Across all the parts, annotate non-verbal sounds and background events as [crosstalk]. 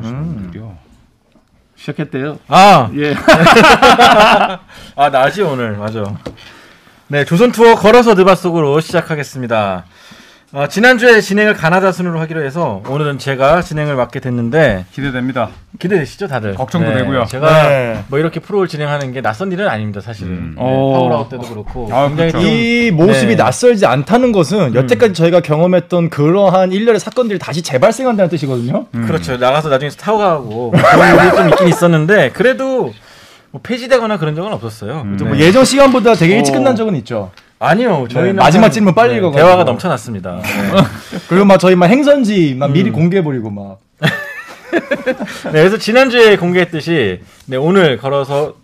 음. 시작했대요. 아, 예. [laughs] 아 나지 오늘 맞아. 네, 조선 투어 걸어서 느바 속으로 시작하겠습니다. 아, 지난주에 진행을 가나다 순으로 하기로 해서 오늘은 제가 진행을 맡게 됐는데 기대됩니다. 기대되시죠 다들? 걱정도 되고요. 제가 네. 뭐 이렇게 프로를 진행하는 게 낯선 일은 아닙니다 사실은. 네, 어. 파워라웃 때도 그렇고 아, 굉장히 그렇죠. 좀- 이 네. 모습이 낯설지 않다는 것은 여태까지 저희가 경험했던 그러한 일련의 사건들이 다시 재발생한다는 뜻이거든요. 그렇죠. 나가서 나중에 스타워하고 뭐 그런 일이 좀 있긴 있었는데 그래도 뭐 폐지되거나 그런 적은 없었어요. 뭐 네. 예전 시간보다 되게 일찍 어. 끝난 적은 있죠. 아니요, 저희는 네, 마지막 항상- 질문 빨리 네, 읽어가지고. 대화가 넘쳐났습니다. 네. 그리고 막 저희 막 행선지 막 미리 공개해버리고 막. 네, 그래서 지난주에 공개했듯이 네, 오늘 걸어서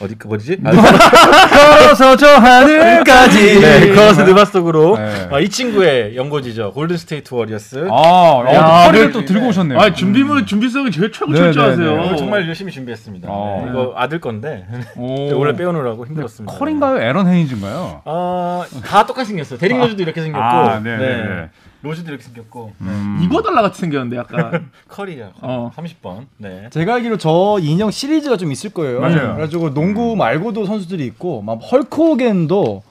어디 그 뭐지? 아, 걸어서 저 하늘까지. 네, 걸어서 느바 속으로 그 네. 아, 이 친구의 연고지죠. 골든 스테이트 워리어스. 아, 어, 허리를 네. 또 들고 오셨네요. 아 준비물 준비성이 제일 최고 네, 철저하세요. 네, 오늘 정말 열심히 준비했습니다. 아. 네, 이거 아들 건데 오. [laughs] 오늘 빼오느라고 힘들었습니다. 컬인가요? 에런 헤인즈인가요? 아, 다 똑같이 생겼어요. 대림 로즈도 이렇게 생겼고, 아, 네, 네, 네. 로즈도 이렇게 생겼고, 음. 이거달라 같이 [laughs] 생겼는데 약간. 커리야, 어. 30번. 네. 제가 알기로 저 인형 시리즈가 좀 있을 거예요. 맞아요. 그래가지고 농구 말고도 선수들이 있고 막 헐크호겐도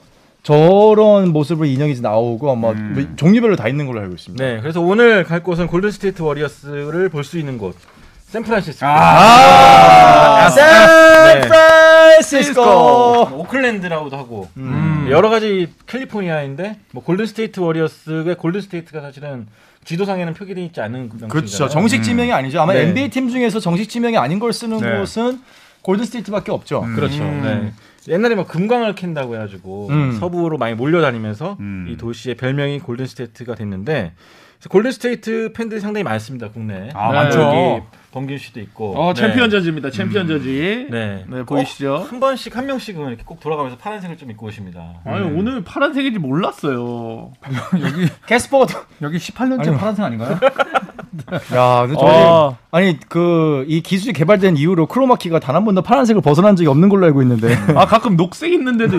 저런 모습으로 인형이 이제 나오고 막 음. 종류별로 다 있는 걸로 알고 있습니다. 네, 그래서 오늘 갈 곳은 골든 스테이트 워리어스를 볼 수 있는 곳, 샌프란시스코. 아, 샌프란시스코. 뭐 오클랜드라고도 하고 어. 음. 여러 가지 캘리포니아인데 뭐 골든 스테이트 워리어스의 골든 스테이트가 사실은 지도상에는 표기되어 있지 않은 명칭이잖아요. 음. 그렇죠. 정식 지명이 아니죠. 아마 네. NBA 팀 중에서 정식 지명이 아닌 걸 쓰는 네. 곳은 골든 스테이트밖에 없죠. 그렇죠. 네. 옛날에 막 금광을 캔다고 해가지고 음. 서부로 많이 몰려다니면서 음. 이 도시의 별명이 골든 스테이트가 됐는데 그래서 골든 스테이트 팬들이 상당히 많습니다 국내. 아, 네. 많죠. 여기 범균 씨도 있고. 어 네. 챔피언 저지입니다. 챔피언 저지. 네. 네, 보이시죠? 한 번씩 한 명씩은 이렇게 꼭 돌아가면서 파란색을 좀 입고 오십니다. 아니 네. 오늘 파란색인지 몰랐어요. 여기 캐스퍼도 여기 18년째 아니요. 파란색 아닌가요? 야, 근데 저희 어. 아니 그 이 기술이 개발된 이후로 크로마키가 단 한 번도 파란색을 벗어난 적이 없는 걸로 알고 있는데 아 가끔 녹색 있는 데도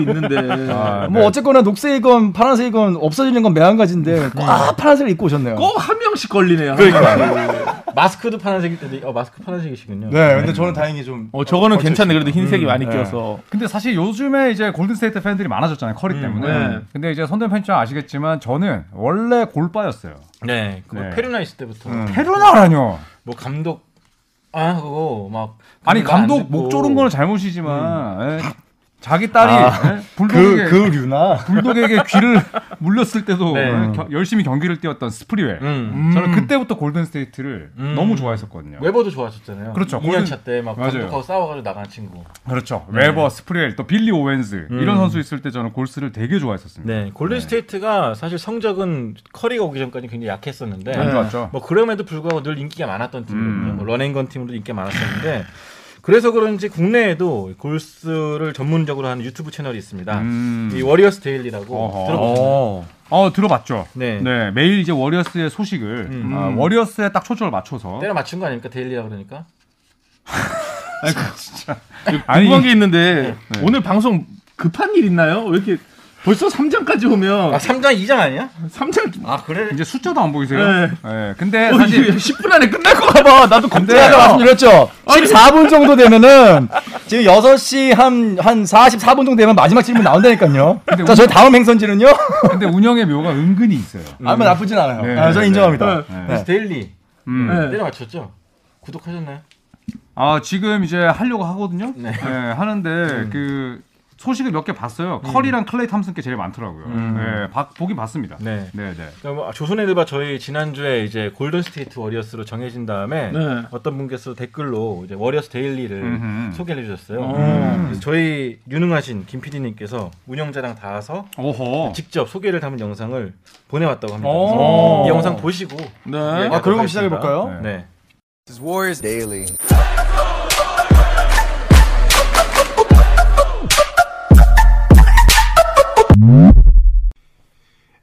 [laughs] 있는데. 아, 뭐 어쨌거나 녹색이건 파란색이건 없어지는 건 매한가지인데 꽉 파란색을 입고 오셨네요. 꼭 한 명씩 걸리네요. 마스크도 파란색일 텐데, 어 마스크 파란색이시군요. 네, 근데 저는 다행히 좀 어 저거는 괜찮네. 그래도 흰색이 음, 많이 네. 껴서. 근데 사실 요즘에 이제 골든스테이트 팬들이 많아졌잖아요. 커리 때문에. 네. 근데 이제 선대 편집장 아시겠지만 저는 원래 골바였어요. 네, 그뭐 네. 페루나 있을 때부터 페루나라뇨. 뭐 감독 아 그거 막 아니 그거 안 감독 듣고 목 조른 거는 잘못이지만 예. 자기 딸이 예? 불독에게 그, 그 류나 불독에게 귀를 [laughs] 물렸을 때도 네. 예, 겨- 열심히 경기를 뛰었던 스프리웰. 음. 저는 그때부터 골든 스테이트를 음. 너무 좋아했었거든요. 웨버도 좋아하셨잖아요. 그렇죠. 2년차 때 막 맞아요. 감독하고 싸워가지고 나간 친구. 그렇죠. 웨버, 스프리웰, 또 빌리 오웬즈 이런 선수 있을 때 저는 골스를 되게 좋아했었습니다. 네, 골든 스테이트가 사실 성적은 커리가 오기 전까지 굉장히 약했었는데 안 좋았죠. 음. 뭐 그럼에도 불구하고 늘 인기가 많았던 팀이거든요. 뭐 런앤건 팀으로 인기가 많았었는데 그래서 그런지 국내에도 골스를 전문적으로 하는 유튜브 채널이 있습니다. 음. 아, 이 워리어스 데일리라고 어허. 들어보셨나요? 어 들어봤죠. 네. 네, 매일 이제 워리어스의 소식을 아, 워리어스에 딱 초점을 맞춰서 때려 맞춘 거 아닙니까 데일리라 그러니까? 아니 네. 궁금한 게 있는데 오늘 방송 급한 일 있나요? 왜 이렇게 벌써 3장까지 오면 아 3장 2장 아니야? 3장 아 그래? 이제 숫자도 안 보이세요? 네. 네, 근데 어, 사실 이게 10분 안에 끝날 네. 거 봐. 나도 네. 제가 걱정하다. 네, 말씀드렸죠. 14분 정도 되면은 지금 6시 한, 한 44분 정도 되면 마지막 질문 나온다니까요. 근데 자, 저희 다음 행선지는요? 근데 운영의 묘가 은근히 있어요. 아마 나쁘진 않아요. 네, 아, 저는 네, 인정합니다. 네. 네. 골스 데일리 음. 네. 때려 맞췄죠? 구독하셨나요? 아 지금 이제 하려고 하거든요. 네. 네, 하는데 그 소식을 몇 개 봤어요. 커리랑 클레이 탐슨 게 제일 많더라고요. 네, 바- 보긴 봤습니다. 네. 네, 네. 그러니까 뭐 조선의 들바 저희 지난주에 이제 골든 스테이트 워리어스로 정해진 다음에 네. 어떤 분께서 댓글로 이제 워리어스 데일리를 음흠. 소개해 주셨어요. 음. 그래서 저희 유능하신 김 PD님께서 운영자랑 닿아서 어. 오호. 직접 소개를 담은 영상을 보내왔다고 합니다. 오. 그래서 이 영상 보시고 네. 이야기하도록 어. 아, 그럼 하겠습니다. 시작해볼까요? 네. This is Warriors Daily.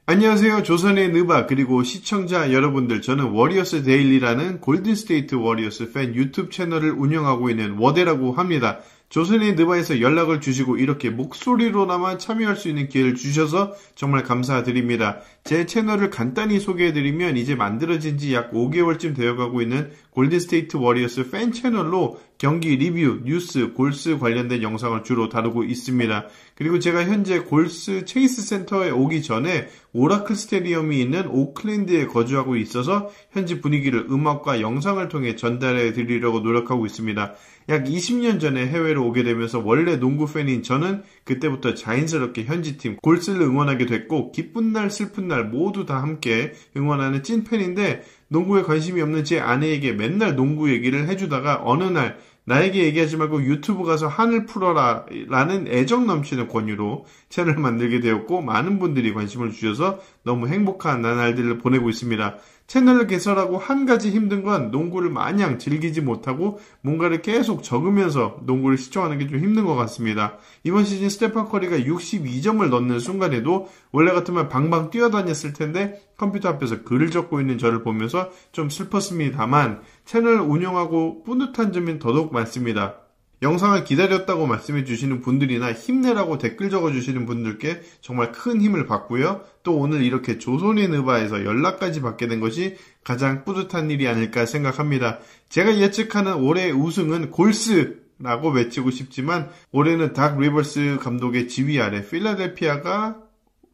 안녕하세요. 조선의 느바 그리고 시청자 여러분들. 저는 워리어스 데일리라는 골든스테이트 워리어스 팬 유튜브 채널을 운영하고 있는 워데라고 합니다. 조선의 느바에서 연락을 주시고 이렇게 목소리로나마 참여할 수 있는 기회를 주셔서 정말 감사드립니다. 제 채널을 간단히 소개해드리면 이제 만들어진 지 약 5개월쯤 되어가고 있는 골든스테이트 워리어스 팬 채널로 경기 리뷰, 뉴스, 골스 관련된 영상을 주로 다루고 있습니다. 그리고 제가 현재 골스 체이스 센터에 오기 전에 오라클 스테디움이 있는 오클랜드에 거주하고 있어서 현지 분위기를 음악과 영상을 통해 전달해 드리려고 노력하고 있습니다. 약 20년 전에 해외로 오게 되면서 원래 농구 팬인 저는 그때부터 자연스럽게 현지팀 골스를 응원하게 됐고 기쁜 날 슬픈 날 모두 다 함께 응원하는 찐팬인데 농구에 관심이 없는 제 아내에게 맨날 농구 얘기를 해주다가 어느 날 나에게 얘기하지 말고 유튜브 가서 한을 풀어라 라는 애정 넘치는 권유로 채널을 만들게 되었고 많은 분들이 관심을 주셔서 너무 행복한 나날들을 보내고 있습니다. 채널을 개설하고 한 가지 힘든 건 농구를 마냥 즐기지 못하고 뭔가를 계속 적으면서 농구를 시청하는 게 좀 힘든 것 같습니다. 이번 시즌 스테판 커리가 62점을 넣는 순간에도 원래 같으면 방방 뛰어다녔을 텐데 컴퓨터 앞에서 글을 적고 있는 저를 보면서 좀 슬펐습니다만 채널 운영하고 뿌듯한 점이 더더욱 많습니다. 영상을 기다렸다고 말씀해 주시는 분들이나 힘내라고 댓글 적어 주시는 분들께 정말 큰 힘을 받고요. 또 오늘 이렇게 조선의 느바에서 연락까지 받게 된 것이 가장 뿌듯한 일이 아닐까 생각합니다. 제가 예측하는 올해의 우승은 골스! 라고 외치고 싶지만 올해는 닥 리버스 감독의 지휘 아래 필라델피아가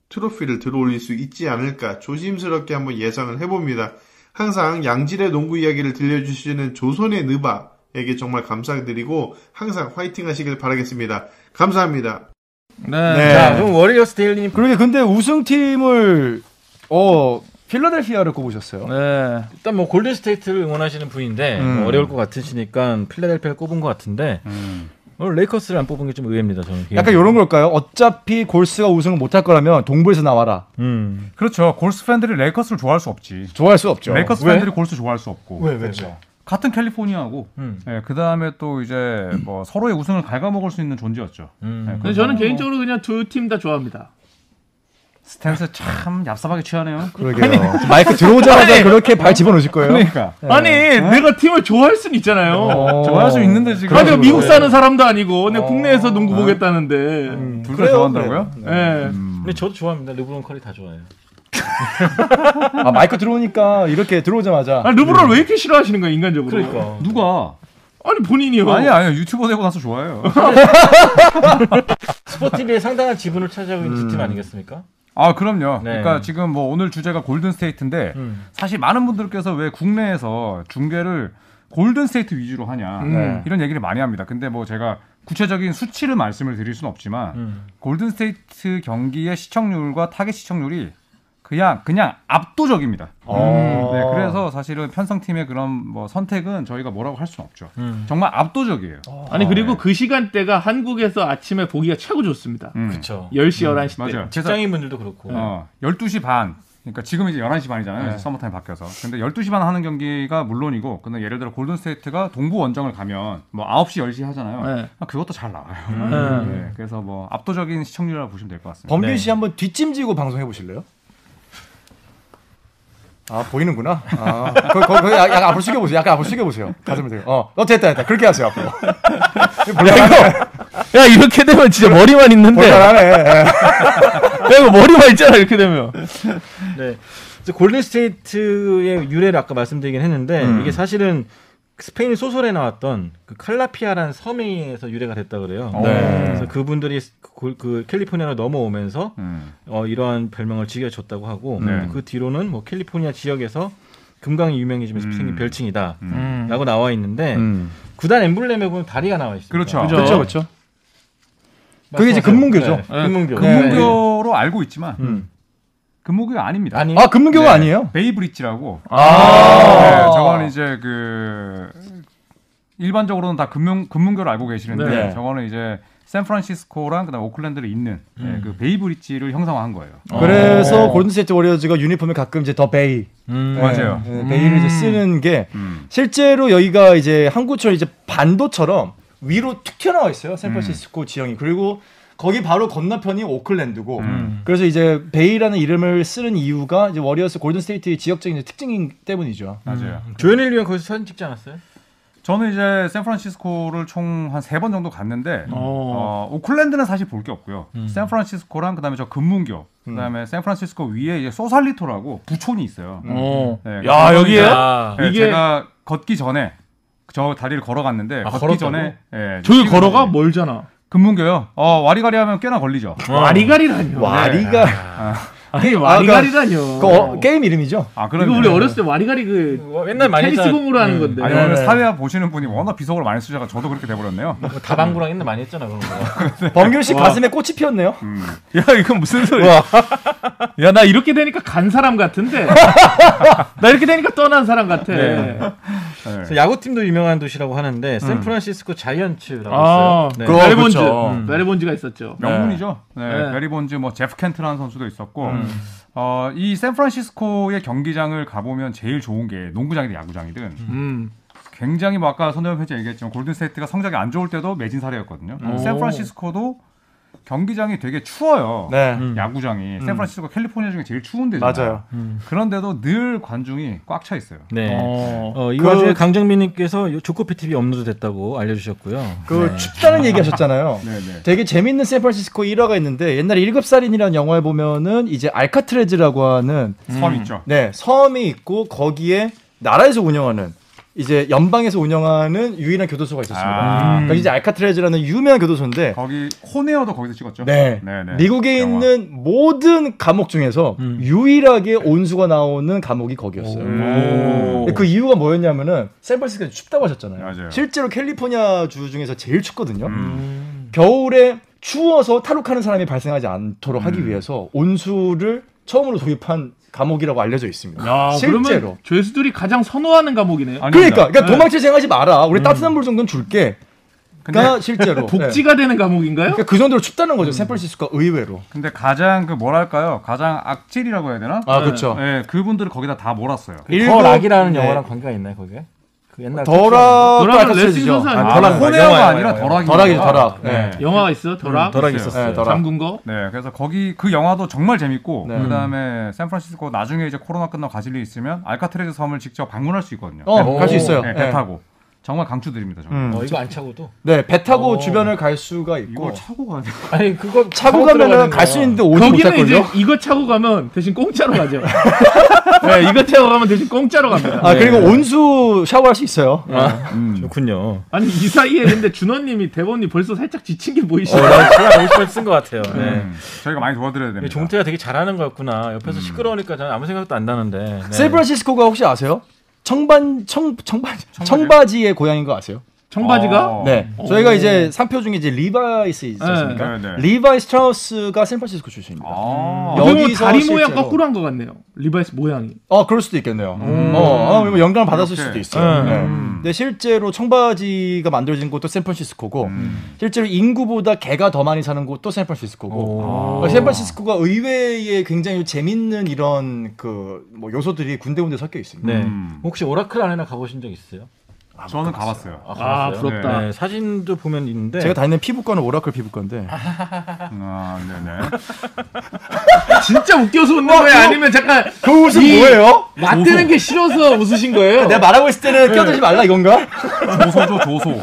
트로피를 들어올릴 수 있지 않을까 조심스럽게 한번 예상을 해봅니다. 항상 양질의 농구 이야기를 들려주시는 조선의 느바에게 정말 감사드리고 항상 화이팅 하시길 바라겠습니다. 감사합니다. 네. 네. 자, 그럼 워리어스 데일리님. 그러게 근데 우승팀을 어 필라델피아를 꼽으셨어요. 네. 음. 일단 뭐 골든 스테이트를 응원하시는 분인데 뭐 어려울 것 같으시니까 필라델피아를 꼽은 것 같은데 음. 오늘 어, 레이커스를 안 뽑은 게 좀 의외입니다. 저는 약간 이런 걸까요? 어차피 골스가 우승을 못할 거라면 동부에서 나와라. 음. 그렇죠. 골스 팬들이 레이커스를 좋아할 수 없지. 좋아할 수 없죠. 레이커스 왜? 팬들이 골스 좋아할 수 없고. 왜? 같은 캘리포니아하고 음. 그 다음에 또 이제 뭐 서로의 우승을 갉아먹을 수 있는 존재였죠. 음. 예, 근데 그래서 저는 뭐 개인적으로 그냥 두 팀 다 좋아합니다. 스탠스 참 얍삽하게 취하네요. 그러게요. 마이크 들어오자마자 그렇게 발 집어넣으실 거예요. 그러니까 아니 내가 팀을 좋아할 순 있잖아요. 어. 좋아할 수 있는데 지금 아, 내가 그렇죠. 미국 예. 사는 사람도 아니고 내가 국내에서 농구 보겠다는데. 둘다 그래요, 좋아한다고요? 네. 예. 음. 근데 저도 좋아합니다. 르브론 커리 다 좋아해요. 아 마이크 들어오니까 이렇게 들어오자마자 아, 르브론 왜 이렇게 싫어하시는 거야 인간적으로? 그러니까. 누가? 아니 본인이요. 아니 아니 유튜버 되고 나서 [laughs] 좋아해요. 스포티비에 상당한 지분을 차지하고 있는 그 팀 아니겠습니까? 아 그럼요. 네. 그러니까 지금 뭐 오늘 주제가 골든 스테이트인데 음. 사실 많은 분들께서 왜 국내에서 중계를 골든 스테이트 위주로 하냐 음. 이런 얘기를 많이 합니다. 근데 뭐 제가 구체적인 수치를 말씀을 드릴 수는 없지만 음. 골든 스테이트 경기의 시청률과 타겟 시청률이 그냥 그냥 압도적입니다. 어. 네, 그래서 사실은 편성 팀의 그런 뭐 선택은 저희가 뭐라고 할 수는 없죠. 음. 정말 압도적이에요. 아니 그리고 그 시간대가 한국에서 아침에 보기가 최고 좋습니다. 음. 그렇죠. 10시 11시 때. 맞아요. 그래서 직장인분들도 그렇고. 어, 12시 반. 그러니까 지금 이제 11시 반이잖아요. 이제 서머타임 바뀌어서. 근데 12시 반 하는 경기가 물론이고, 근데 예를 들어 골든스테이트가 동부 원정을 가면 뭐 9시, 10시 하잖아요. 네. 아, 그것도 잘 나와요. [laughs] 음. 네, 그래서 뭐 압도적인 시청률이라고 보시면 될 것 같습니다. 범균 네. 씨 한번 뒷짐지고 방송해 보실래요? 아 보이는구나. 아, 거, 거, 거, 약간 앞으로 숙여 보세요. 약간 앞으로 숙여 보세요. 가슴을 대고. 어, 어 됐다 됐다. 그렇게 하세요 앞으로. 야 이렇게 되면 진짜 머리만 있는데. 볼만하네. 야 이거 머리만 있잖아 이렇게 되면. 네. 그래서 골든 스테이트의 유래를 아까 말씀드리긴 했는데 이게 사실은 스페인 소설에 나왔던 그 칼라피아라는 섬에서 유래가 됐다 그래요. 네. 그래서 그분들이 그, 골- 그 캘리포니아로 넘어오면서 음. 어, 이러한 별명을 지어줬다고 하고 네. 그 뒤로는 뭐 캘리포니아 지역에서 금강이 유명해지면서 음. 생긴 별칭이다라고 음. 나와 네. 있는데 구단 엠블렘에 보면 다리가 나와 있습니다. 그렇죠. 그죠? 그렇죠, 그렇죠. 그게 이제 금문교죠. 네, 금문교. 금문교로 알고 있지만, 음. 금문교 아닙니다. 아니 아 금문교가 네. 아니에요. 베이브리지라고. 네, 아. 저거는 이제 그 일반적으로는 다 금문 금문교를 알고 계시는데 네. 저거는 이제 샌프란시스코랑 그다음 오클랜드를 잇는 네, 그 베이브리지를 형상화한 거예요. 그래서 골든스테이트 워리어즈가 유니폼에 가끔 이제 더 베이 음. 네, 맞아요. 네, 베일을 이제 쓰는 게 음. 실제로 여기가 이제 한국처럼 이제 반도처럼 위로 툭 튀어나와 있어요. 음. 샌프란시스코 지형이. 그리고 거기 바로 건너편이 오클랜드고. 음. 그래서 이제 베이라는 이름을 쓰는 이유가 이제 워리어스 골든스테이트의 지역적인 이제 특징 때문이죠. 맞아요. 조현일 위원 거기서 사진 찍지 않았어요? 저는 이제 샌프란시스코를 총 한 세 번 정도 갔는데 어, 오클랜드는 사실 볼 게 없고요. 샌프란시스코랑 그다음에 저 금문교, 그다음에 샌프란시스코 위에 이제 음. 소살리토라고 부촌이 있어요. 어. 네, 야 그래서 아, 여기에 네, 이게 제가 걷기 전에 저 다리를 걸어갔는데 아, 걷기 걸었다고? 전에 예, 저기 찍은 걸어가 거예요. 멀잖아. 금문교요. 어 와리가리 하면 꽤나 걸리죠. 와리가리라뇨. 와리가 네. 아니 와리가리라뇨. 그 어, 게임 이름이죠. 아 이거 그러면 우리 어렸을 때 와리가리 그 와, 뭐 옛날 음, 많이 테니스 했잖아. 공으로 하는 건데. 아니 네. 오늘 사회화 보시는 분이 워낙 비속어를 많이 쓰셔가 저도 그렇게 돼버렸네요. 뭐 다방구랑 옛날 많이 했잖아 그런 거. 네. 범규 씨 가슴에 꽃이 피었네요. [laughs] 음. 야 이건 무슨 소리야? 야 나 이렇게 되니까 간 사람 같은데. 나 이렇게 되니까 떠난 사람 같아. 네. 네. 그래서 야구팀도 유명한 도시라고 하는데 샌프란시스코 자이언츠라고 있어요. 아, 네. 그 베리본즈, 그렇죠. 음. 베리본즈가 있었죠. 명문이죠. 네. 네. 음. 베리본즈 뭐 제프 켄트라는 선수도 있었고 어, 이 샌프란시스코의 경기장을 가보면 제일 좋은 게 농구장이든 야구장이든 음, 굉장히 뭐 아까 손대현 편지 얘기했지만 골든스테이트가 성적이 안 좋을 때도 매진 사례였거든요. 샌프란시스코도 경기장이 되게 추워요. 네. 음. 야구장이 샌프란시스코 캘리포니아 중에 제일 추운 데잖아요. 맞아요. 그런데도 늘 관중이 꽉 차 있어요. 네. 어. 어, 이 그- 와중에 강정민님께서 요 조코피 TV 업로드됐다고 알려주셨고요. 그 네. 춥다는 [laughs] 얘기하셨잖아요. 네네. 되게 재밌는 샌프란시스코 1화가 있는데 옛날에 일급 살인이라는 영화에 보면은 이제 알카트레즈라고 하는 섬 음. 있죠. 네 섬이 있고 거기에 나라에서 운영하는 이제 연방에서 운영하는 유일한 교도소가 있었습니다. 아. 그러니까 이제 알카트레즈라는 유명한 교도소인데 거기 코네어도 거기서 찍었죠. 네. 네네. 미국에 영화. 있는 모든 감옥 중에서 음. 유일하게 온수가 나오는 감옥이 거기였어요. 음. 근데 그 이유가 뭐였냐면은 샌프란시스코 춥다고 하셨잖아요. 맞아요. 실제로 캘리포니아 주 중에서 제일 춥거든요. 음. 겨울에 추워서 탈옥하는 사람이 발생하지 않도록 음. 하기 위해서 온수를 처음으로 도입한 감옥이라고 알려져 있습니다. 야, 실제로. 그러면 죄수들이 가장 선호하는 감옥이네. 아니, 그러니까, 그러니까 네. 도망치생하지 마라. 우리 따뜻한 물 정도는 줄게. 그러니까 가 근데- 실제로 네. 복지가 되는 감옥인가요? 그러니까 그 정도로 춥다는 거죠. 샌프란시스코가 의외로. 근데 가장 그 뭐랄까요? 가장 악질이라고 해야 되나? 아 그렇죠. 네, 그분들을 거기다 다 몰았어요. 더 락이라는 영화랑 관계가 있나요 거기에? 그 옛날 네. 더락 더락은 더락 레슬링 선수 아니에요? 아, 아, 더락 코네어가 영화예요, 아니라 영화예요. 더락이 더락이죠, 더락. 네. 영화가 있어, 더락. 더락 있어요. 있었어요. 네, 더락. 잠군 거. 네, 그래서 거기 그 영화도 정말 재밌고 네. 그다음에 샌프란시스코 나중에 이제 코로나 끝나고 가실 일 있으면 알카트레즈 섬을 직접 방문할 수 있거든요. 어, 갈수 있어요. 네, 배 네. 타고 정말 강추드립니다. 정말. 음. 어, 이거 안 차고도? 네, 배 타고 어. 주변을 갈 수가 있고 이거 차고 가야 돼. 아니 그거 차고 가면은 갈 수 있는데 오지 못할 거기는 이제 걸요. 이거 차고 가면 대신 공짜로 가죠. 네, 이거 차고 가면 대신 공짜로 갑니다. 아 그리고 온수 샤워할 수 있어요. 아, 음. 좋군요. 아니 이 사이에 근데 준호님이 대본님 벌써 살짝 지친 게 보이시죠? 네, 어. 제가 50번 쓴것 같아요. 네. 음, 저희가 많이 도와드려야 됩니다. 종태가 되게 잘하는 거였구나. 옆에서 음. 시끄러우니까 저는 아무 생각도 안 나는데. 네. 샌프란시스코가 혹시 아세요? 청반 청 청반 청바지의 고향인 거 아세요? 청바지가 어. 네. 저희가 이제 상표 중에 이제 리바이스 있지 않습니까? 네, 네. 리바이 스트라우스가 샌프란시스코 출신입니다. 음. 아, 여- 그러면 여기서 다리 실제로. 모양 거꾸로 한 것 같네요. 리바이스 모양이. 어, 그럴 수도 있겠네요. 어, 어, 영감을 받았을 이렇게. 수도 있어요. 음. 네. 근데 실제로 청바지가 만들어진 곳도 샌프란시스코고, 실제로 인구보다 개가 더 많이 사는 곳도 샌프란시스코고, 오. 그러니까 샌프란시스코가 의외의 굉장히 재밌는 이런 그, 뭐, 요소들이 군데군데 섞여 있습니다. 네. 음. 혹시 오라클 안에나 가보신 적 있어요? 저는 가봤어요. 아, 아 가봤어요? 부럽다. 네, 사진도 보면 있는데. 제가 다니는 피부과는 오라클 피부과인데, 아, 네네. 진짜 웃겨서 웃는 거예요? 아니면 잠깐 그 옷은 이- 뭐예요? 맞대는 게 싫어서 웃으신 거예요? 네, 내가 말하고 있을 때는 끼어들지 말라 이건가? 조소죠, 조소.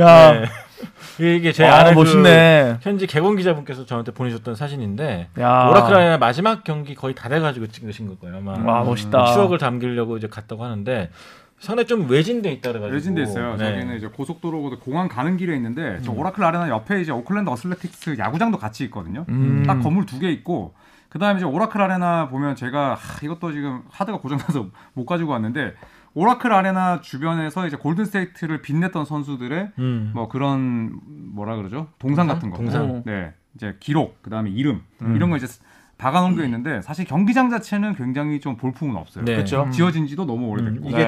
야, 네. [laughs] 이게 이게 제 아, 아는 그 멋있네. 현지 개봉 기자분께서 저한테 보내셨던 사진인데 야. 오라클 안에나 마지막 경기 거의 다 돼가지고 찍으신 걸 거예요 아마. 와 멋있다. 추억을 담기려고 이제 갔다고 하는데 산에 좀 외진데 있다 그래가지고. 네. 레진데 있어요. 저기는 이제 고속도로고 공항 가는 길에 있는데 음. 저 오라클 아레나 옆에 이제 오클랜드 어슬레틱스 야구장도 같이 있거든요. 음. 딱 건물 두 개 있고 그다음에 이제 오라클 아레나 보면 제가 하, 이것도 지금 하드가 고장나서 [laughs] 못 가지고 왔는데 오라클 아레나 주변에서 이제 골든스테이트를 빛냈던 선수들의 음. 뭐 그런 뭐라 그러죠 동상 같은 거, 동상. 네 이제 기록 그다음에 이름 이런 거 이제 박아놓은 게 있는데 사실 경기장 자체는 굉장히 좀 볼품은 없어요. 음. 네. 그렇죠. 지어진지도 너무 오래됐고. 네. 이게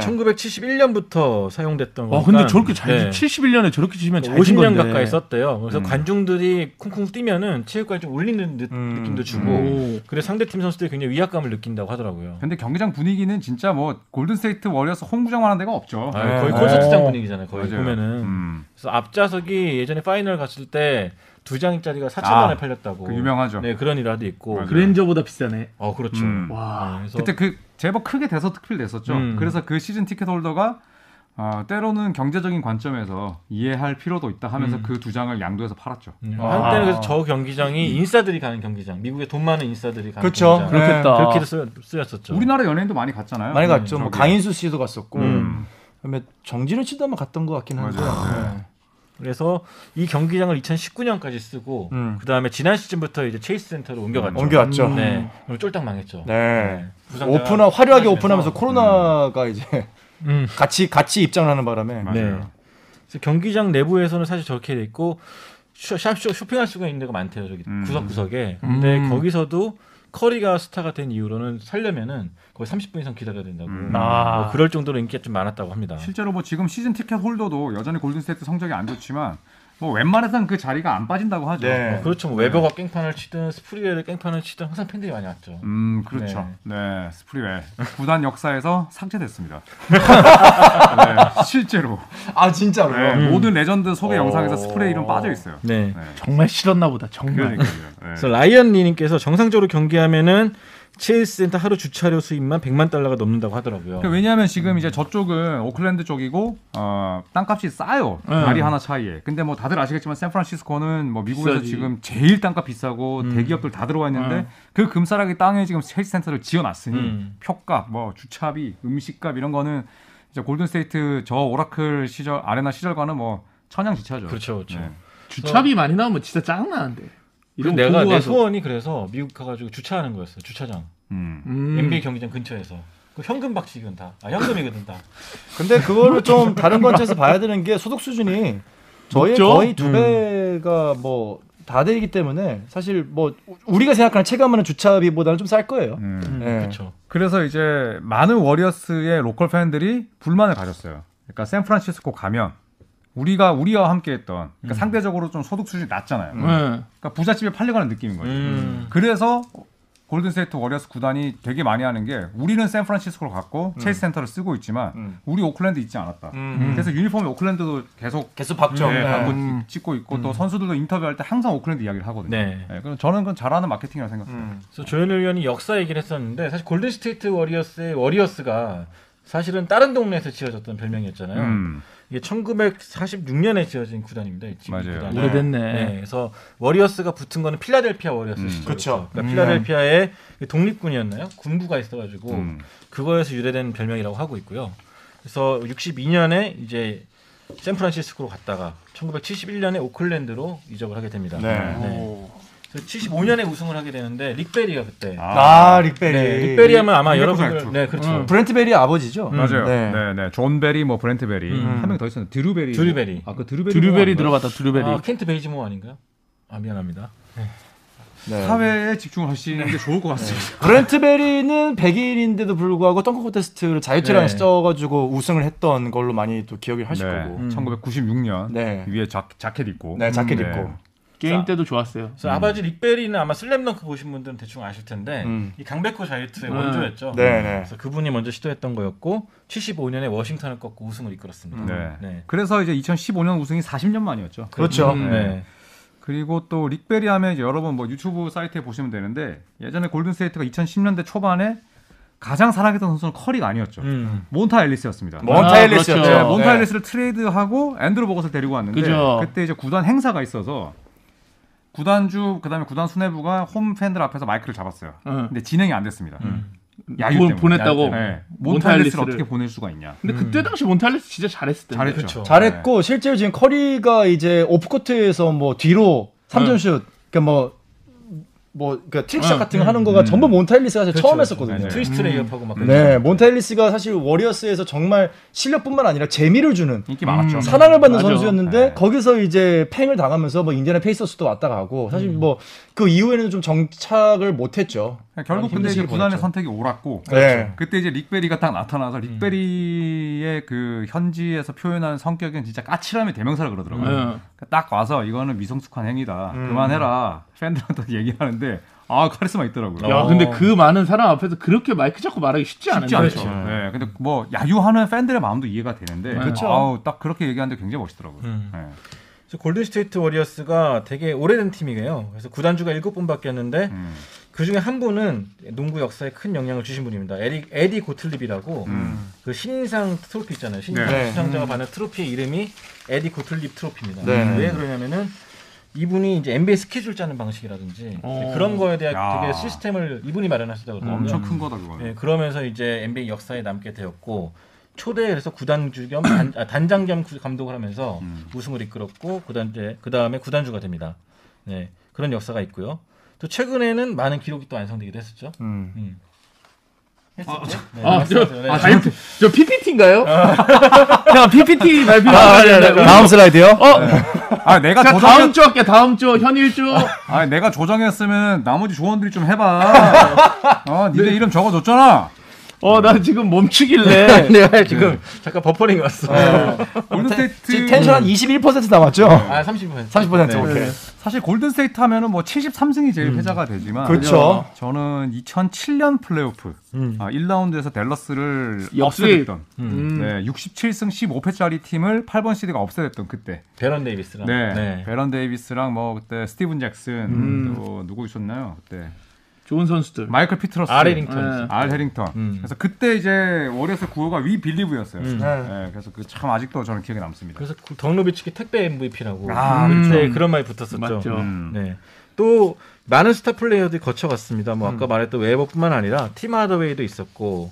1971년부터 사용됐던 거니까. 와 아, 근데 저렇게 잘 네. 71년에 저렇게 치면 잘 50년 건데. 가까이 썼대요. 그래서 음. 관중들이 쿵쿵 뛰면은 체육관이 좀 울리는 느, 음. 낌도 주고 오. 그래서 상대팀 선수들이 굉장히 위압감을 느낀다고 하더라고요. 근데 경기장 분위기는 진짜 뭐 골든스테이트 워리어스 홈구장만 한 데가 없죠. 아, 거의 네. 콘서트장 분위기잖아요. 거의 맞아요. 보면은 음. 그래서 앞좌석이 예전에 파이널 갔을 때 두 장짜리가 4천 아, 원에 팔렸다고. 그 유명하죠. 네 그런 일화도 있고. 맞아요. 그랜저보다 비싸네. 어 그렇죠. 음. 와. 네, 그래서 그때 그 제법 크게 돼서 특필됐었죠. 음. 그래서 그 시즌 티켓 홀더가 아, 때로는 경제적인 관점에서 이해할 필요도 있다 하면서 그 두 장을 양도해서 팔았죠. 음, 아. 음. 한때는 그래서 저 경기장이 인싸들이 가는 경기장, 미국에 돈 많은 인싸들이 가는 그렇죠. 경기장. 그렇겠다. 그렇게도 쓰- 쓰였었죠. 우리나라 연예인도 많이 갔잖아요. 음, 많이 네. 갔죠. 뭐 저기. 강인수 씨도 갔었고, 그다음에 정진우 씨도 한번 갔던 것 같긴 한데. 맞아요. 네. 그래서 이 경기장을 2019년까지 쓰고 음. 그 다음에 지난 시즌부터 이제 체이스 센터로 옮겨갔죠. 옮겨왔죠. 음. 네, 그럼 쫄딱 망했죠. 네. 부상자가 음. 오픈 화려하게 심해서. 오픈하면서 코로나가 이제 음. 같이 같이 입장하는 바람에 맞아요. 네. 그래서 경기장 내부에서는 사실 저렇게 돼 있고 쇼, 샵, 쇼, 쇼핑할 수가 있는 데가 많대요. 저기 음. 구석구석에. 근데 음. 거기서도 커리가 스타가 된 이후로는 살려면은 거의 30분 이상 기다려야 된다고. 음. 아. 뭐 그럴 정도로 인기가 좀 많았다고 합니다. 실제로 뭐 지금 시즌 티켓 홀더도 여전히 골든스테이트 성적이 안 좋지만 뭐 웬만해선 그 자리가 안 빠진다고 하죠. 네. 어, 그렇죠. 뭐 웨버가 깽판을 치든 스프리웨를 깽판을 치든 항상 팬들이 많이 왔죠. 음 그렇죠. 네, 스프리웨 구단 역사에서 [laughs] 삭제됐습니다. 네, 실제로 아 진짜로요. 네, 모든 레전드 소개 어. 영상에서 스프레이 이름 빠져 있어요. 네. 네. 아, 정말 싫었나 보다. 정말. 그러니까요. 네. 그래서 라이언 리님께서 정상적으로 경기하면은 체이스 센터 하루 주차료 수입만 100만 달러가 넘는다고 하더라고요. 그 왜냐하면 지금 이제 저쪽은 오클랜드 쪽이고 어, 땅값이 싸요 다리 하나 차이에. 근데 뭐 다들 아시겠지만 샌프란시스코는 뭐 미국에서 비싸지. 지금 제일 땅값 비싸고 대기업들 다 들어와 있는데 음. 그 금싸라기 땅에 지금 첼시 센터를 지어놨으니 음. 표값, 뭐 주차비, 음식값 이런 거는 이제 골든스테이트 저 오라클 시절 아레나 시절과는 뭐 천양지차죠. 그렇죠, 그렇죠. 네. 주차비 많이 나오면 진짜 짜증나는데. 그래서 이런 내가 보고 내 와서. 소원이 그래서 미국 가가지고 주차하는 거였어요. 주차장. 음. 음. NBA 경기장 근처에서. 그 현금 박치기는 다. 아, 현금이거든 다. 근데 그거를 좀 다른 관점에서 봐야 되는 게 소득 수준이 저희 높죠? 음. 거의 두 배가 뭐 다 되기 때문에 사실 뭐 우리가 생각하는 체감하는 주차비보다는 좀 쌀 거예요. 음. 네. 그렇죠. 그래서 이제 많은 워리어스의 로컬 팬들이 불만을 가졌어요. 그러니까 샌프란시스코 가면 우리가 우리와 함께했던 그러니까 상대적으로 좀 소득 수준이 낮잖아요. 네. 그러니까 부잣집에 팔려가는 느낌인 거죠. 음. 그래서 골든스테이트 워리어스 구단이 되게 많이 하는 게 우리는 샌프란시스코를 갖고 체이스 센터를 쓰고 있지만 우리 오클랜드 있지 않았다. 음. 그래서 유니폼이 오클랜드도 계속 그렇죠. 계속 박정. 네. 네. 예, 아, 갖고 찍고 있고 또 선수들도 인터뷰할 때 항상 오클랜드 이야기를 하거든요. 네. 예, 그럼 저는 그건 잘하는 마케팅이라고 생각해요. 그래서 조현일 의원이 역사 얘기를 했었는데 사실 골든 스테이트 워리어스의 워리어스가 사실은 다른 동네에서 지어졌던 별명이었잖아요. 음. 이게 1946년에 지어진 구단입니다. 이 지금 맞아요. 구단이. 오래됐네. 네, 그래서 워리어스가 붙은 거는 필라델피아 워리어스 음. 시절. 그쵸. 그러니까 필라델피아에 독립군이었나요? 군부가 있어가지고 음. 그거에서 유래된 별명이라고 하고 있고요. 그래서 62년에 이제 샌프란시스코로 갔다가 1971년에 오클랜드로 이적을 하게 됩니다. 네. 그래서 75년에 우승을 하게 되는데 릭베리가 그때. 아 릭베리. 네, 릭베리 하면 아마 릭베리 여러분들 선수. 네 그렇죠. 음. 브렌트 베리 아버지죠. 맞아요. 네. 네. 네, 존 베리, 뭐 브렌트 베리 음. 한 명 더 있었는데 드루 베리. 드류 베리. 아그 드루 베리. 뭐 드류베리 들어갔다. 드류베리. 아, 켄트 베이지모 아닌가요? 아 미안합니다. 네. 뭐 사회에 집중을 하시는 게 좋을 것 같습니다. 브렌트 베리는 100일인데도 불구하고 덩크 콘테스트를 자유투랑 네. 써가지고 우승을 했던 걸로 많이 또 기억을 하실 네. 거고. 음. 1996년 네. 위에 자, 켓 입고. 네 자켓 네. 입고. 게임 때도 좋았어요. 그래서 아버지 릭베리는 아마 슬램덩크 보신 분들은 대충 아실 텐데 음. 이 강백호 자유투의 음. 원조였죠. 네네. 그래서 그분이 먼저 시도했던 거였고 75년에 워싱턴을 꺾고 우승을 이끌었습니다. 음. 네. 네. 그래서 이제 2015년 우승이 40년 만이었죠. 그렇죠. 음, 네. 그리고 또 릭베리 하면 이제 여러분 뭐 유튜브 사이트에 보시면 되는데 예전에 골든스테이트가 2010년대 초반에 가장 사랑했던 선수는 커리가 아니었죠. 그렇죠. 음. 몬타 앨리스였습니다. 아, 몬타 앨리스였죠. 그렇죠. 네, 몬타 앨리스를 트레이드하고 앤드루 버것을 데리고 왔는데 그죠. 그때 이제 구단 행사가 있어서 구단주 그다음에 구단 수뇌부가 홈 팬들 앞에서 마이크를 잡았어요. 응. 근데 진행이 안 됐습니다. 야유 음. 보- 때문에. 보냈다고? 야유 때문에. 몬타 몬타 앨리스를 앨리스를. 어떻게 보낼 수가 있냐? 근데 그때 당시 몬탈레스 진짜 음. 잘했을 때. 잘했죠. 그렇죠. 잘했고 네. 실제로 지금 커리가 이제 오프코트에서 뭐 뒤로 음. 3점슛 그러니까 뭐 뭐, 그니까, 트릭샷 응, 같은 음, 거 하는 거가 전부 몬타일리스가 사실 처음 했었거든요. 맞아요. 네, 트위스트 레이업하고 막 네, 몬타일리스가 사실 워리어스에서 정말 실력뿐만 아니라 재미를 주는 예. 인기 많았죠. 사랑을 받는 맞아. 선수였는데 음. 네. 거기서 이제 팽을 당하면서 뭐 인디애나 페이서스도 왔다 가고 사실 뭐 그 이후에는 좀 정착을 못했죠. 예, 결국 근데 이제 힘든 구단의 시기를 보냈죠. 선택이 옳았고 네. 그때 이제 릭베리가 딱 나타나서 릭베리의 그 현지에서 표현한 성격은 진짜 까칠함의 대명사라 그러더라고요. 응. 그러니까 딱 와서 이거는 미성숙한 행위다. 그만해라. 팬들한테 얘기하는데 아 카리스마 있더라고요. 야, 근데 그 많은 사람 앞에서 그렇게 마이크 잡고 말하기 쉽지 않은데. 그렇죠. 쉽지 않죠. 네, 근데 뭐 야유하는 팬들의 마음도 이해가 되는데 그쵸. 아우 딱 그렇게 얘기하는데 굉장히 멋있더라고요. 네. 골든 스테이트 워리어스가 되게 오래된 팀이에요. 그래서 구단주가 7분밖에 없는데 음. 그 중에 한 분은 농구 역사에 큰 영향을 주신 분입니다. 에디, 에디 고틀립이라고 그 신인상 트로피 있잖아요. 신인상 네. 수상자가 받는 트로피의 이름이 에디 고틀립 트로피입니다. 네. 왜 그러냐면은 이분이 이제 NBA 스케줄 짜는 방식이라든지 어. 그런 거에 대한 야. 되게 시스템을 이분이 마련하셨다고 네, 그러더라고요. 음. 엄청 큰 거다 그거. 네, 그러면서 이제 NBA 역사에 남게 되었고 초대해서 구단주 겸 단, 아, 단장 겸 구- 감독을 하면서 우승을 이끌었고 구단제 그 다음에 구단주가 됩니다. 네 그런 역사가 있고요. 또 최근에는 많은 기록이 또 완성되기도 했었죠. 음. 음. 했었죠? 네, 아, 저, 했었죠. 네. 아, 저, 저 PPT인가요? [laughs] 형 PPT 발표. 다음 슬라이드요. 어, 아 내가 자, 조정했 다음 주 할게. 다음 주 현일주. 아 내가 조정했으면 나머지 조원들이 좀 해봐. 어 니네 이름 적어줬잖아. 어, 나 지금 [laughs] 멈추길래. 네. 내가 네, 지금 잠깐 버퍼링 왔어. 지금 골든스테이트 텐션 한 21% 남았죠? 아 30분. 30% 네. 음. 오케이. 그렇죠. 사실 골든스테이트 하면은 뭐 73승이 제일 패자가 되지만 그렇죠. 저는 2007년 플레이오프 음. 아, 1라운드에서 댈러스를 역습. 없애됐던 음. 네, 67승 15패짜리 팀을 8번 시드가 없애됐던 그때 베런 데이비스랑. 네, 베런 데이비스랑 뭐 그때 스티븐 잭슨 음. 또 누구 있었나요 그때 좋은 선수들. 마이클 피트러스 알 헤링턴. 네. 알 헤링턴 음. 그래서 그때 이제 월요스 구호가 위 빌리브였어요 음. 네. 네, 그래서 그 참 아직도 저는 기억에 남습니다 그래서 그 덕노비치키 택배 MVP라고 네, 아, 그때 그런 말이 붙었었죠. 맞죠. 음. 네. 또 많은 스타 플레이어들이 거쳐갔습니다. 뭐 음. 아까 말했던 웨버뿐만 아니라 팀 하더웨이도 있었고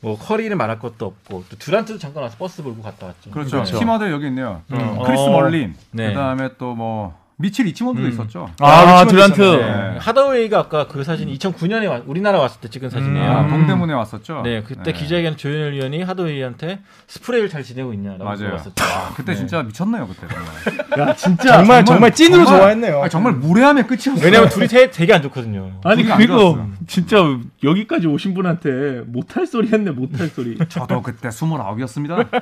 뭐 커리는 말할 것도 없고 또 두란트도 잠깐 와서 버스 몰고 갔다 왔죠. 그렇죠. 네. 팀아들 여기 있네요. 또 음. 크리스 어. 멀린. 네. 그다음에 또 뭐 미칠 이치몬드도 있었죠. 아, 미치면 듀란트. 됐었네. 네. 하더웨이가 아까 그 사진 2009년에 우리나라 왔을 때 찍은 사진이에요. 음. 아, 동대문에 왔었죠. 음. 네, 그때 기자회견 조현일 위원이 하더웨이한테 스프레이를 잘 지내고 있냐라고 맞아요. 물어봤었죠. 그때 진짜 미쳤네요 그때 정말. 야, 진짜. 정말 정말 찐으로 정말, 좋아했네요. 아니, 정말 무례함의 끝이었어요. 왜냐면 둘이 되- 되게 안 좋거든요. 아니 분위기 안 그리고 좋았어요. 진짜 여기까지 오신 분한테 못할 소리 했네 못할 소리. 저도 그때 29이었습니다.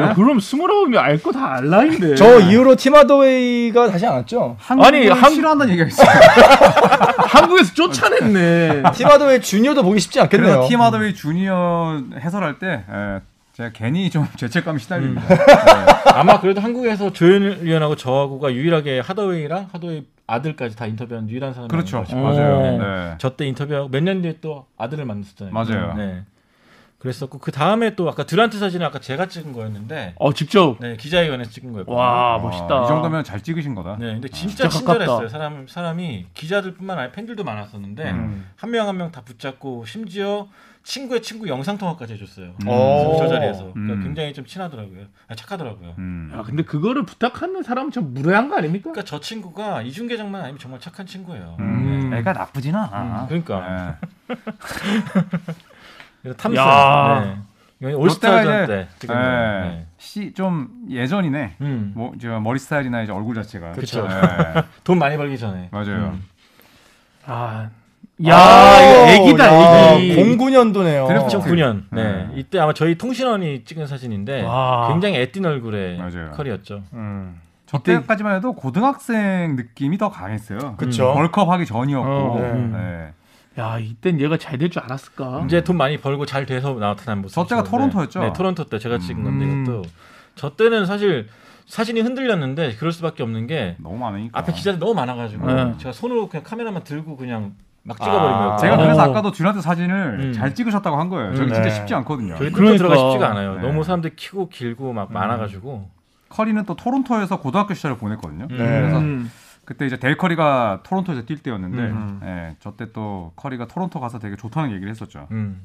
야 그럼 스물아홉이면 알 거 다 알라인데. 저 이후로 티마더웨이가 다시 안 왔죠? 아니, 한국을 한- 싫어한다는 얘기가 있어요. 한국에서 쫓아냈네. 티마더웨이 주니어도 보기 쉽지 않겠네요. 그래서 팀 하더웨이 주니어 해설할 때 예, 제가 괜히 좀 [laughs] 죄책감이 시달립니다. 아마 그래도 한국에서 조현일 위원하고 저하고가 유일하게 하더웨이랑 하더웨이 아들까지 다 인터뷰한 유일한 사람이 그렇죠. 아닌가 맞아요. 싶어요. 오. 네. 저 때 인터뷰하고 몇 년 뒤에 또 아들을 만났었잖아요. 맞아요. 네. 그랬었고 그 다음에 또 아까 듀란트 사진은 아까 제가 찍은 거였는데 어 직접. 네, 기자회견에서 찍은 거예요. 와 아, 멋있다. 아, 이 정도면 잘 찍으신 거다. 네, 근데 진짜, 진짜 가깝다. 친절했어요. 사람 사람이 기자들뿐만 아니라 팬들도 많았었는데 음. 한 명 한 명 다 붙잡고 심지어 친구의 친구 영상 통화까지 해줬어요. 오. 저 자리에서 그러니까 음. 굉장히 좀 친하더라고요. 아, 착하더라고요. 음. 야 근데 그거를 부탁하는 사람은 참 무례한 거 아닙니까? 그러니까 저 친구가 이중계장만 아니면 정말 착한 친구예요. 음. 애가 나쁘진 않아. 그러니까 예. 그래서 야. 탐사. 네. 이건 올스타전 때 찍은 거예요. 네. 시좀 예전이네. 음. 뭐 제가 머리 스타일이나 이제 얼굴 자체가. 그쵸. [laughs] 예, 돈 많이 벌기 전에. 음. 맞아요. 아. 야 이거 애기다 애기. 09년도네요. 드래프트 2009년. 네. 네. 이때 아마 저희 통신원이 찍은 사진인데 와. 굉장히 애띤 얼굴의 맞아요. 음. 컬이었죠. 저 때까지만 해도 고등학생 느낌이 더 강했어요. 그쵸. 벌크업 하기 전이었고. 어, 예. 음. 야 이땐 얘가 잘 될 줄 알았을까? 이제 돈 많이 벌고 잘 돼서 나타난 모습. 저 때가 토론토였죠? 네, 토론토 때 제가 찍은 건데 음. 이것도 저 때는 사실 사진이 흔들렸는데 그럴 수밖에 없는 게 너무 많으니까. 앞에 기자들 너무 많아가지고 네. 제가 손으로 그냥 카메라만 들고 그냥 막 찍어버린 거예요. 제가 어. 그래서 아까도 듀란트 사진을 음. 잘 찍으셨다고 한 거예요. 저기 음, 진짜 네. 쉽지 않거든요. 저희 그러니까. 그런 들어가 쉽지가 않아요. 네. 음. 너무 사람들 키고 길고 막 많아가지고. 커리는 또 토론토에서 고등학교 시절을 보냈거든요. 네. 음. 그래서 음. 그때 이제 데일 커리가 토론토에서 뛸 때였는데, 음. 예, 저때 또 커리가 토론토 가서 되게 좋다는 얘기를 했었죠. 음.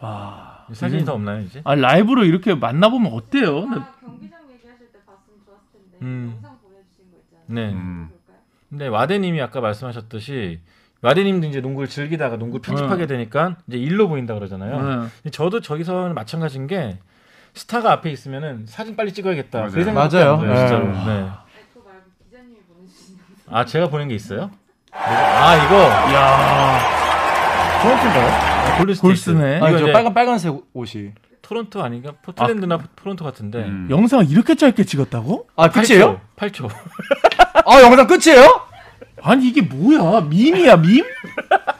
와. 사진이 더 없나요 이제? 아 라이브로 이렇게 만나보면 어때요? 나- 아까 경기장 얘기하실 때 봤으면 좋았을 텐데 음. 영상 보내주신 거 있잖아요. 네. 음. 볼까요? 근데 와데님이 아까 말씀하셨듯이 와데님도 이제 농구를 즐기다가 농구 를 편집하게 네. 되니까 이제 일로 보인다 그러잖아요. 네. 근데 저도 저기서는 마찬가지인 게 스타가 앞에 있으면은 사진 빨리 찍어야겠다. 맞아요. 그 생각밖에 맞아요. 안 들어요, 네. 진짜로. 네. 아니, 그거 말고 기자님이 보내주신 영상. 아 제가 보낸 게 있어요? 아 이거 야 토론토인가요? 아, 골드스테이트. 골스네. 이거 아니, 저 이제 빨간 빨간색 옷이. 토론토 아닌가? 포틀랜드나 그- 토론토 같은데. 어, 음. 영상 이렇게 짧게 찍었다고? 아 끝이에요? 8초. 아 영상 끝이에요? 아니 이게 뭐야? 밈이야 밈?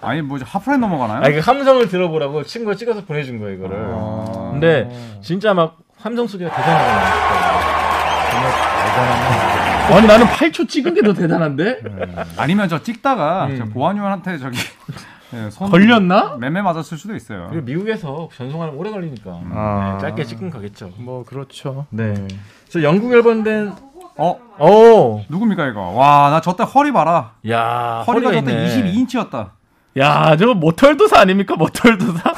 아니 뭐 이제 하프라인 넘어가나요? 아 이거 함성을 들어보라고 친구가 찍어서 보내준 거예요 이거를. 아. 아. 근데 진짜 막 함성 소리가 대단하잖아요. 아니 나는 8초 찍은 게 더 대단한데 네. 아니면 저 찍다가 저 보안요원한테 저기 [laughs] 예, 손 걸렸나? 맴매 맞았을 수도 있어요. 그리고 미국에서 전송하면 오래 걸리니까 음. 아. 네, 짧게 찍은 거겠죠. 뭐 그렇죠. 네. 그래서 영국 열번된 어? 오, 누굽니까 이거? 와, 나 저때 허리 봐라. 야 허리가 아, 허리가 저때 있네. 22인치였다. 야 저거 모털도사 아닙니까 모털도사?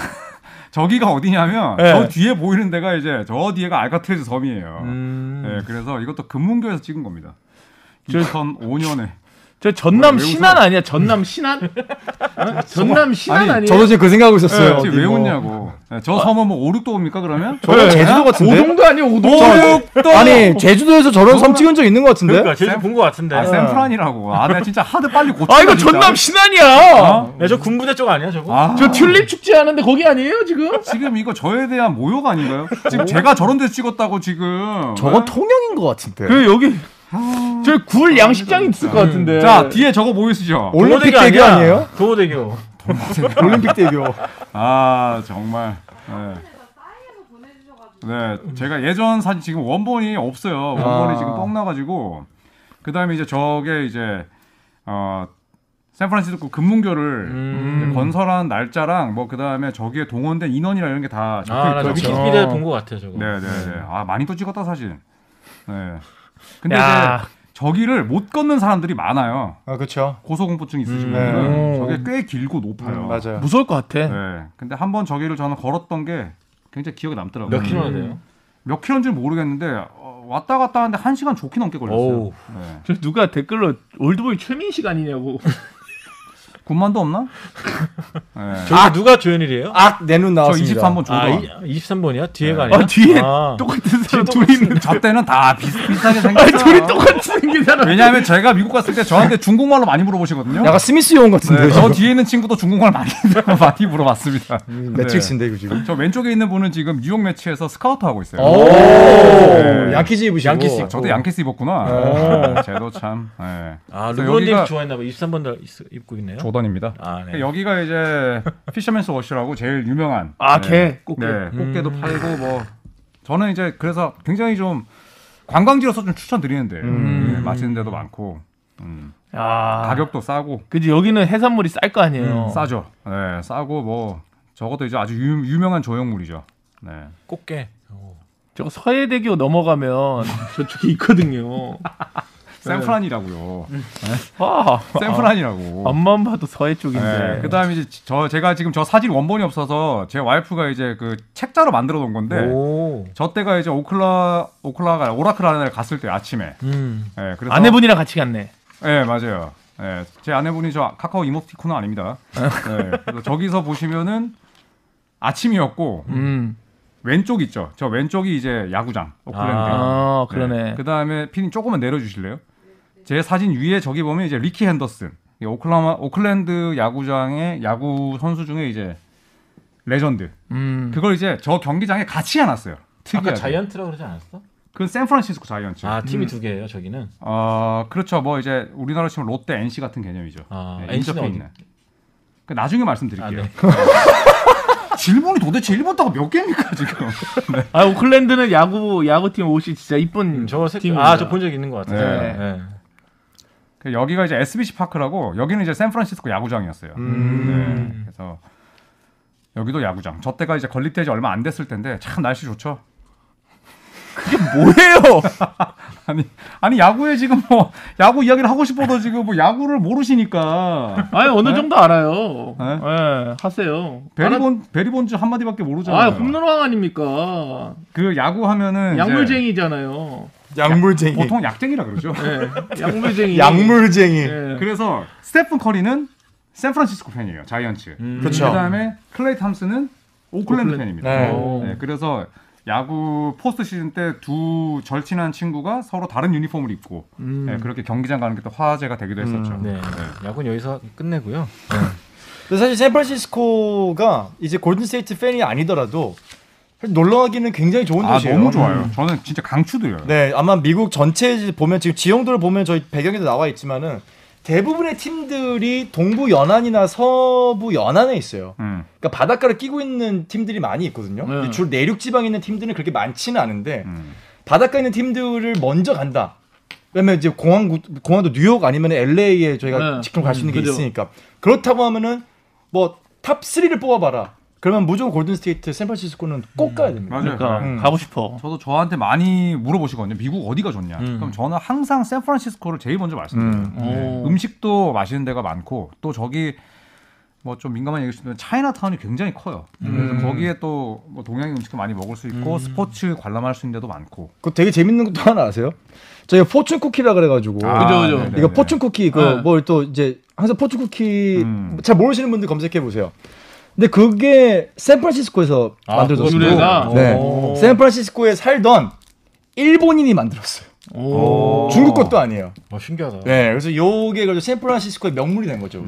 저기가 어디냐면 예. 네. 저 뒤에 보이는 데가 이제 저 뒤에가 알카트레즈 섬이에요. 음. 예, 그래서 이것도 금문교에서 찍은 겁니다. 저- 2005년에 저 전남 왜 웃어? 신안 아니야? 전남 신안? [laughs] 어? 전남 신안 아니, 에요 저도 지금 그 생각하고 있었어요. 네, 지금 어디 예, 왜 뭐. 웃냐고. 예, 저 섬은 뭐 오륙도 옵니까 그러면? 저는 제주도 같은데. 오동도 아니야 오동. 뭐? 오륙도 아니 제주도에서 저런 섬 찍은 적 있는 것 같은데. 그러니까 제주 본것 같은데. 네? 아, 샌프란이라고. 아, 내가 진짜 하드 빨리 고쳐. 아 이거 전남 신안이야. 야, 네, 저 군부대 쪽 아니야 저거? 아, 저 튤립 축제 하는데 거기 아니에요 지금? 지금 이거 저에 대한 모욕 아닌가요? 지금 제가 저런 데서 찍었다고 지금. 네? 저건 통영인 것 같은데. 그 여기 아. 저굴 양식장 있을 것 같은데. 음. 자, 뒤에 저거 보이시죠? 올림픽 동호대교 대교 [laughs] 아니에요? 동호대교. 올림픽 대교. 아, 정말. 네. 다 싸이에서 보내주셔가지고 네, 제가 예전 사진 지금 원본이 없어요. 원본이 아. 지금 뻥 나가지고 그 다음에 이제 저게 이제 어 샌프란시스코 금문교를 이제 건설한 날짜랑 뭐 그 다음에 저기에 동원된 인원이랑 이런 게 다 적혀 아, 있더라고요. 나 위키피디에 본것 같아 저거. 네, 네, 네. 아 많이 또 찍었다 사진. 네. 근데 야. 이제 저기를 못 걷는 사람들이 많아요. 아 그렇죠. 고소공포증 있으신 음, 분들은 네. 저게 꽤 길고 높아요. 음, 맞아요. 무서울 것 같아. 네. 근데 한 번 저기를 저는 걸었던 게 굉장히 기억에 남더라고요. 음. 몇 킬로나 돼요? 몇 킬로인지 모르겠는데 어, 왔다 갔다 하는데 한 시간 좋게 넘게 걸렸어요. 오우. 네. 저 누가 댓글로 올드보이 최민식 아니냐고. 군만도 [laughs] 없나? 네. 저기 누가 조현일이에요? 악 아, 내눈 저 나왔습니다. 23번 아, 조다. 이, 23번이야? 네. 뒤에가 아니야? 아 뒤에 아. 똑같은 사람 둘이 있는. 저 때는 다 비슷비슷하게 아 둘이 생겼어요. 똑같이 생긴 사람. 왜냐하면 제가 미국 갔을 때 저한테 중국말로 많이 물어보시거든요. 약간 스미스 용 같은데. 네, 저 요 뒤에 있는 친구도 중국말 많이 [laughs] 많이 물어봤습니다. 매트릭스인데 이거 지금. 네. 저 왼쪽에 있는 분은 지금 뉴욕 매치에서 스카우트 하고 있어요. 오. 네. 양키즈 입으시고. 양키즈 아, 입고. 저도 양키스 입었구나. 네, [laughs] 쟤도 참. 네. 아, 그래서 루브론 데이비 여기가 좋아했나 봐. 23번 날 있- 입고 있네요. 조던입니다. 아, 네. 그 여기가 이제 피셔맨스 워시라고 제일 유명한 아 네. 걔. 꼭. 네, 꽃게도 팔고 뭐 저는 이제 그래서 굉장히 좀 관광지로서 좀 추천드리는데 네, 맛있는 데도 많고 음, 아. 가격도 싸고 그지 여기는 해산물이 쌀 거 아니에요. 싸죠. 네, 싸고 뭐 저것도 이제 아주 유, 유명한 조형물이죠. 네. 꽃게. 저거 서해대교 넘어가면 저쪽에 있거든요. 샌프란이라고요. 아, 샌프란이라고. 앞만 봐도 서해 쪽인데. 네. 그다음에 아, 이제 저 제가 지금 저 사진 원본이 없어서 제 와이프가 이제 그 책자로 만들어 놓은 건데 네. 오. 저 때가 이제 오클라 오클라가 아니라 오라클 아레나를 갔을 때 아침에. 음. 예, 그래서 아내분이랑 같이 갔네. 예, 맞아요. 예, 제 아내분이 저 카카오 이모티콘은 아닙니다. 예, 그래서 저기서 보시면은 아침이었고 음. 왼쪽 있죠. 저 왼쪽이 이제 야구장 오클랜드. 아, 네. 그러네. 그다음에 피님 조금만 내려 주실래요? 제 사진 위에 저기 보면 이제 리키 핸더슨. 이 오클라마 오클랜드 야구장의 야구 선수 중에 이제 레전드. 음. 그걸 이제 저 경기장에 같이 해놨어요. 특이하게. 음. 아까 자이언트라고 그러지 않았어? 그건 샌프란시스코 자이언츠. 아, 팀이 두 개예요, 저기는. 어, 그렇죠. 뭐 이제 우리나라로 치면 롯데 NC 같은 개념이죠. 아, 네, NC 는 인접해 어디- 있는. 그 나중에 말씀드릴게요. 어. 아, 네. [laughs] 질문이 도대체 일본 따가 몇 개입니까 지금? 아, 오클랜드는 야구 야구팀 옷이 진짜 음, 이쁜 저거 새 팀입니다. 아, 저 본 적 있는 것 같아요. 네. 네. 그 여기가 이제 SBC 파크라고 여기는 이제 샌프란시스코 야구장이었어요. 음. 네, 그래서 여기도 야구장. 저 때가 이제 건립되지 얼마 안 됐을 텐데 참 날씨 좋죠. 뭐예요? [laughs] 아니 아니 야구에 지금 뭐 야구 이야기를 하고 싶어도 지금 뭐 야구를 모르시니까 아니 어느 정도 알아요. 예, 네? 하세요. 베리본 베리본즈 한 마디밖에 모르잖아요. 아, 홈런왕 아닙니까? 그 야구 하면은 이제 네. 약물쟁이잖아요. 양물쟁이. 보통 약쟁이라 그러죠. 예. 약물쟁이. 양물쟁이. 예. [laughs] 그래서 스테픈 커리는 샌프란시스코 팬이에요. 자이언츠. 그렇죠. 그다음에 클레이 탐스는 오클랜드 오클랜드. 팬입니다. 네. 오. 네, 그래서 야구 포스트 시즌 때 두 절친한 친구가 서로 다른 유니폼을 입고 음. 네, 그렇게 경기장 가는 게 또 화제가 되기도 했었죠. 네. 야구는 여기서 끝내고요. 근데 사실 샌프란시스코가 이제 골든스테이트 팬이 아니더라도 사실 놀러 가기는 굉장히 좋은 아 도시예요. 너무 좋아요. 저는 진짜 강추드려요. 네, 아마 미국 전체 보면 지금 지형도를 보면 저희 배경에도 나와 있지만은 대부분의 팀들이 동부 연안이나 서부 연안에 있어요. 음. 그러니까 바닷가를 끼고 있는 팀들이 많이 있거든요. 네. 주로 내륙 지방에 있는 팀들은 그렇게 많지는 않은데 음. 바닷가에 있는 팀들을 먼저 간다. 왜냐면 이제 공항 구- 공항도 뉴욕 아니면 LA에 저희가 네. 직접 갈 수 있는 게 그죠. 있으니까 그렇다고 하면은 뭐탑 3를 뽑아봐라. 그러면 무조건 골든 스테이트 샌프란시스코는 꼭 가야 됩니다. 맞아요. 그러니까 네. 가고 싶어. 저도 저한테 많이 물어보시거든요. 미국 어디가 좋냐? 음. 그럼 저는 항상 네. 샌프란시스코를 제일 먼저 말씀드려요. 오. 음식도 맛있는 데가 많고 또 저기 뭐 좀 민감한 얘기일 수있는 차이나타운이 굉장히 커요. 음. 그래서 거기에 또뭐 동양인 음식도 많이 먹을 수 있고 스포츠 관람할 수 있는 데도 많고. 그 되게 재밌는 것도 하나 아세요? 저희가 포춘 쿠키라 그래가지고 그죠, 그죠. 아, 네네네. 이거 포춘 쿠키 그 네. 뭘 또 이제 항상 포춘 쿠키 음. 잘 모르시는 분들 검색해 보세요. 근데 그게 샌프란시스코에서 아, 만들어졌어요. 그거구나. 네. 샌프란시스코에 살던 일본인이 만들었어요. 오. 중국 것도 아니에요. 어, 신기하다. 네, 그래서 요게 그래서 샌프란시스코의 명물이 된 거죠.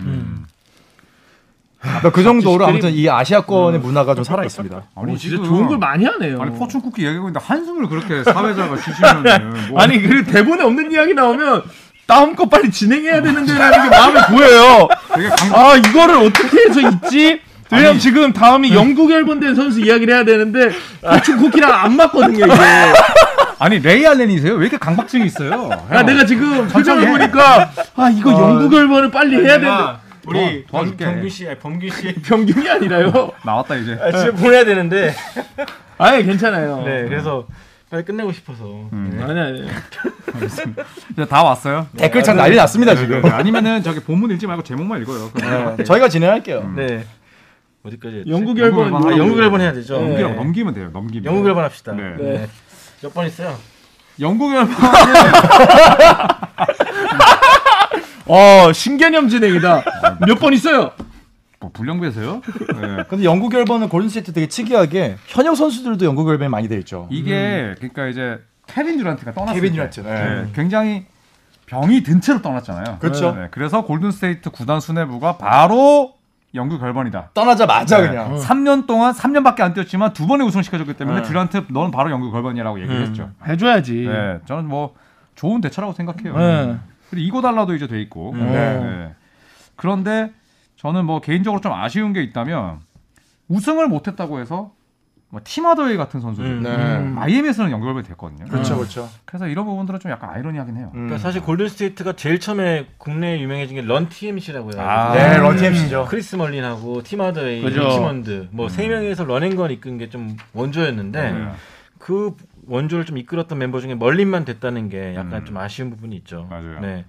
그러니까 그 정도로 아무튼 이 아시아권의 문화가 좀 살아 있습니다. 아니 오, 진짜 좋은 걸 많이 하네요. 아니 포춘 쿠키 얘기하고 있는데 한숨을 그렇게 사회자가 쉬시면은 뭐 [laughs] 아니 그 대본에 없는 이야기 나오면 다음 거 빨리 진행해야 되는데라는 게 마음에 보여요. 되게 강, 아 이거를 어떻게 해서 잊지? 왜냐면 지금 다음이 네. 영국 열번된 선수 이야기를 해야 되는데 고충 쿠키랑 안 맞거든요 이게. 네. 아니 레이 알렌이세요? 왜 이렇게 강박증이 있어요? 야, 아, 그러니까 내가 지금 천천히 표정을 해. 어. 보니까 아 이거 영국 열번을 빨리 해야 되는데 내가 우리 도와- 도와줄게. 범규 씨, 아니, 범규 씨 변경이 아니라요. 나왔다 이제. 아, [laughs] 집에 보내야 되는데. 아예 괜찮아요. 네, 음. 그래서 빨리 끝내고 싶어서. 아니 아니. 이제 네, 다 왔어요. 댓글창 난리 났습니다 지금. 아, 네, 아니면은 저기 본문 읽지 말고 제목만 읽어요. 그럼 저희가 진행할게요. 네. 어디까지? 했지? 영국 영국 열번 열번 아, 하고. 영국 일본 해야 되죠. 네. 넘기라고 넘기면 돼요. 넘기면. 영국 일본 합시다. 네. 네. 몇 번 있어요? 영국 열번. [laughs] 어 신개념 진행이다. 몇 번 있어요? 뭐 불량배세요? 네. 근데 영국 열번은 골든스테이트 되게 특이하게 현역 선수들도 영국 열번이 많이 돼 있죠. 이게 그러니까 이제 케빈 듀란트가 떠났어요. 케빈 듀란트, 네. 굉장히 병이 든 채로 떠났잖아요. 그렇죠. 네, 그래서 골든스테이트 구단 수뇌부가 바로 영국 결번이다. 떠나자마자 네. 그냥 3년 동안 3년밖에 안 뛰었지만 두 번의 우승 시켜줬기 때문에 네. 듀란트 너는 바로 영국 결번이라고 얘기를 음. 했죠. 해줘야지. 네, 저는 뭐 좋은 대처라고 생각해요. 예. 네. 그리고 이거 달라도 이제 돼 있고. 네. 네. 그런데 저는 뭐 개인적으로 좀 아쉬운 게 있다면 우승을 못했다고 해서 뭐 팀하더웨이 같은 선수들 음, 마이애미에서는 연결이 됐거든요. 네. 음. 그렇죠 그렇죠. 그래서 이런 부분들은 좀 약간 아이러니하긴 해요. 음. 그러니까 사실 골든 스테이트가 제일 처음에 국내에 유명해진 게 런 TMC라고 해요. 아. 네, 음. 런티 MC죠. 크리스 멀린하고 팀하더웨이, 그죠. 리치먼드 뭐 세 명에서 런앤건 이끈 게 좀 원조였는데 네. 그 원조를 좀 이끌었던 멤버 중에 멀린만 됐다는 게 약간 좀 아쉬운 부분이 있죠. 음. 맞아요. 음. 네.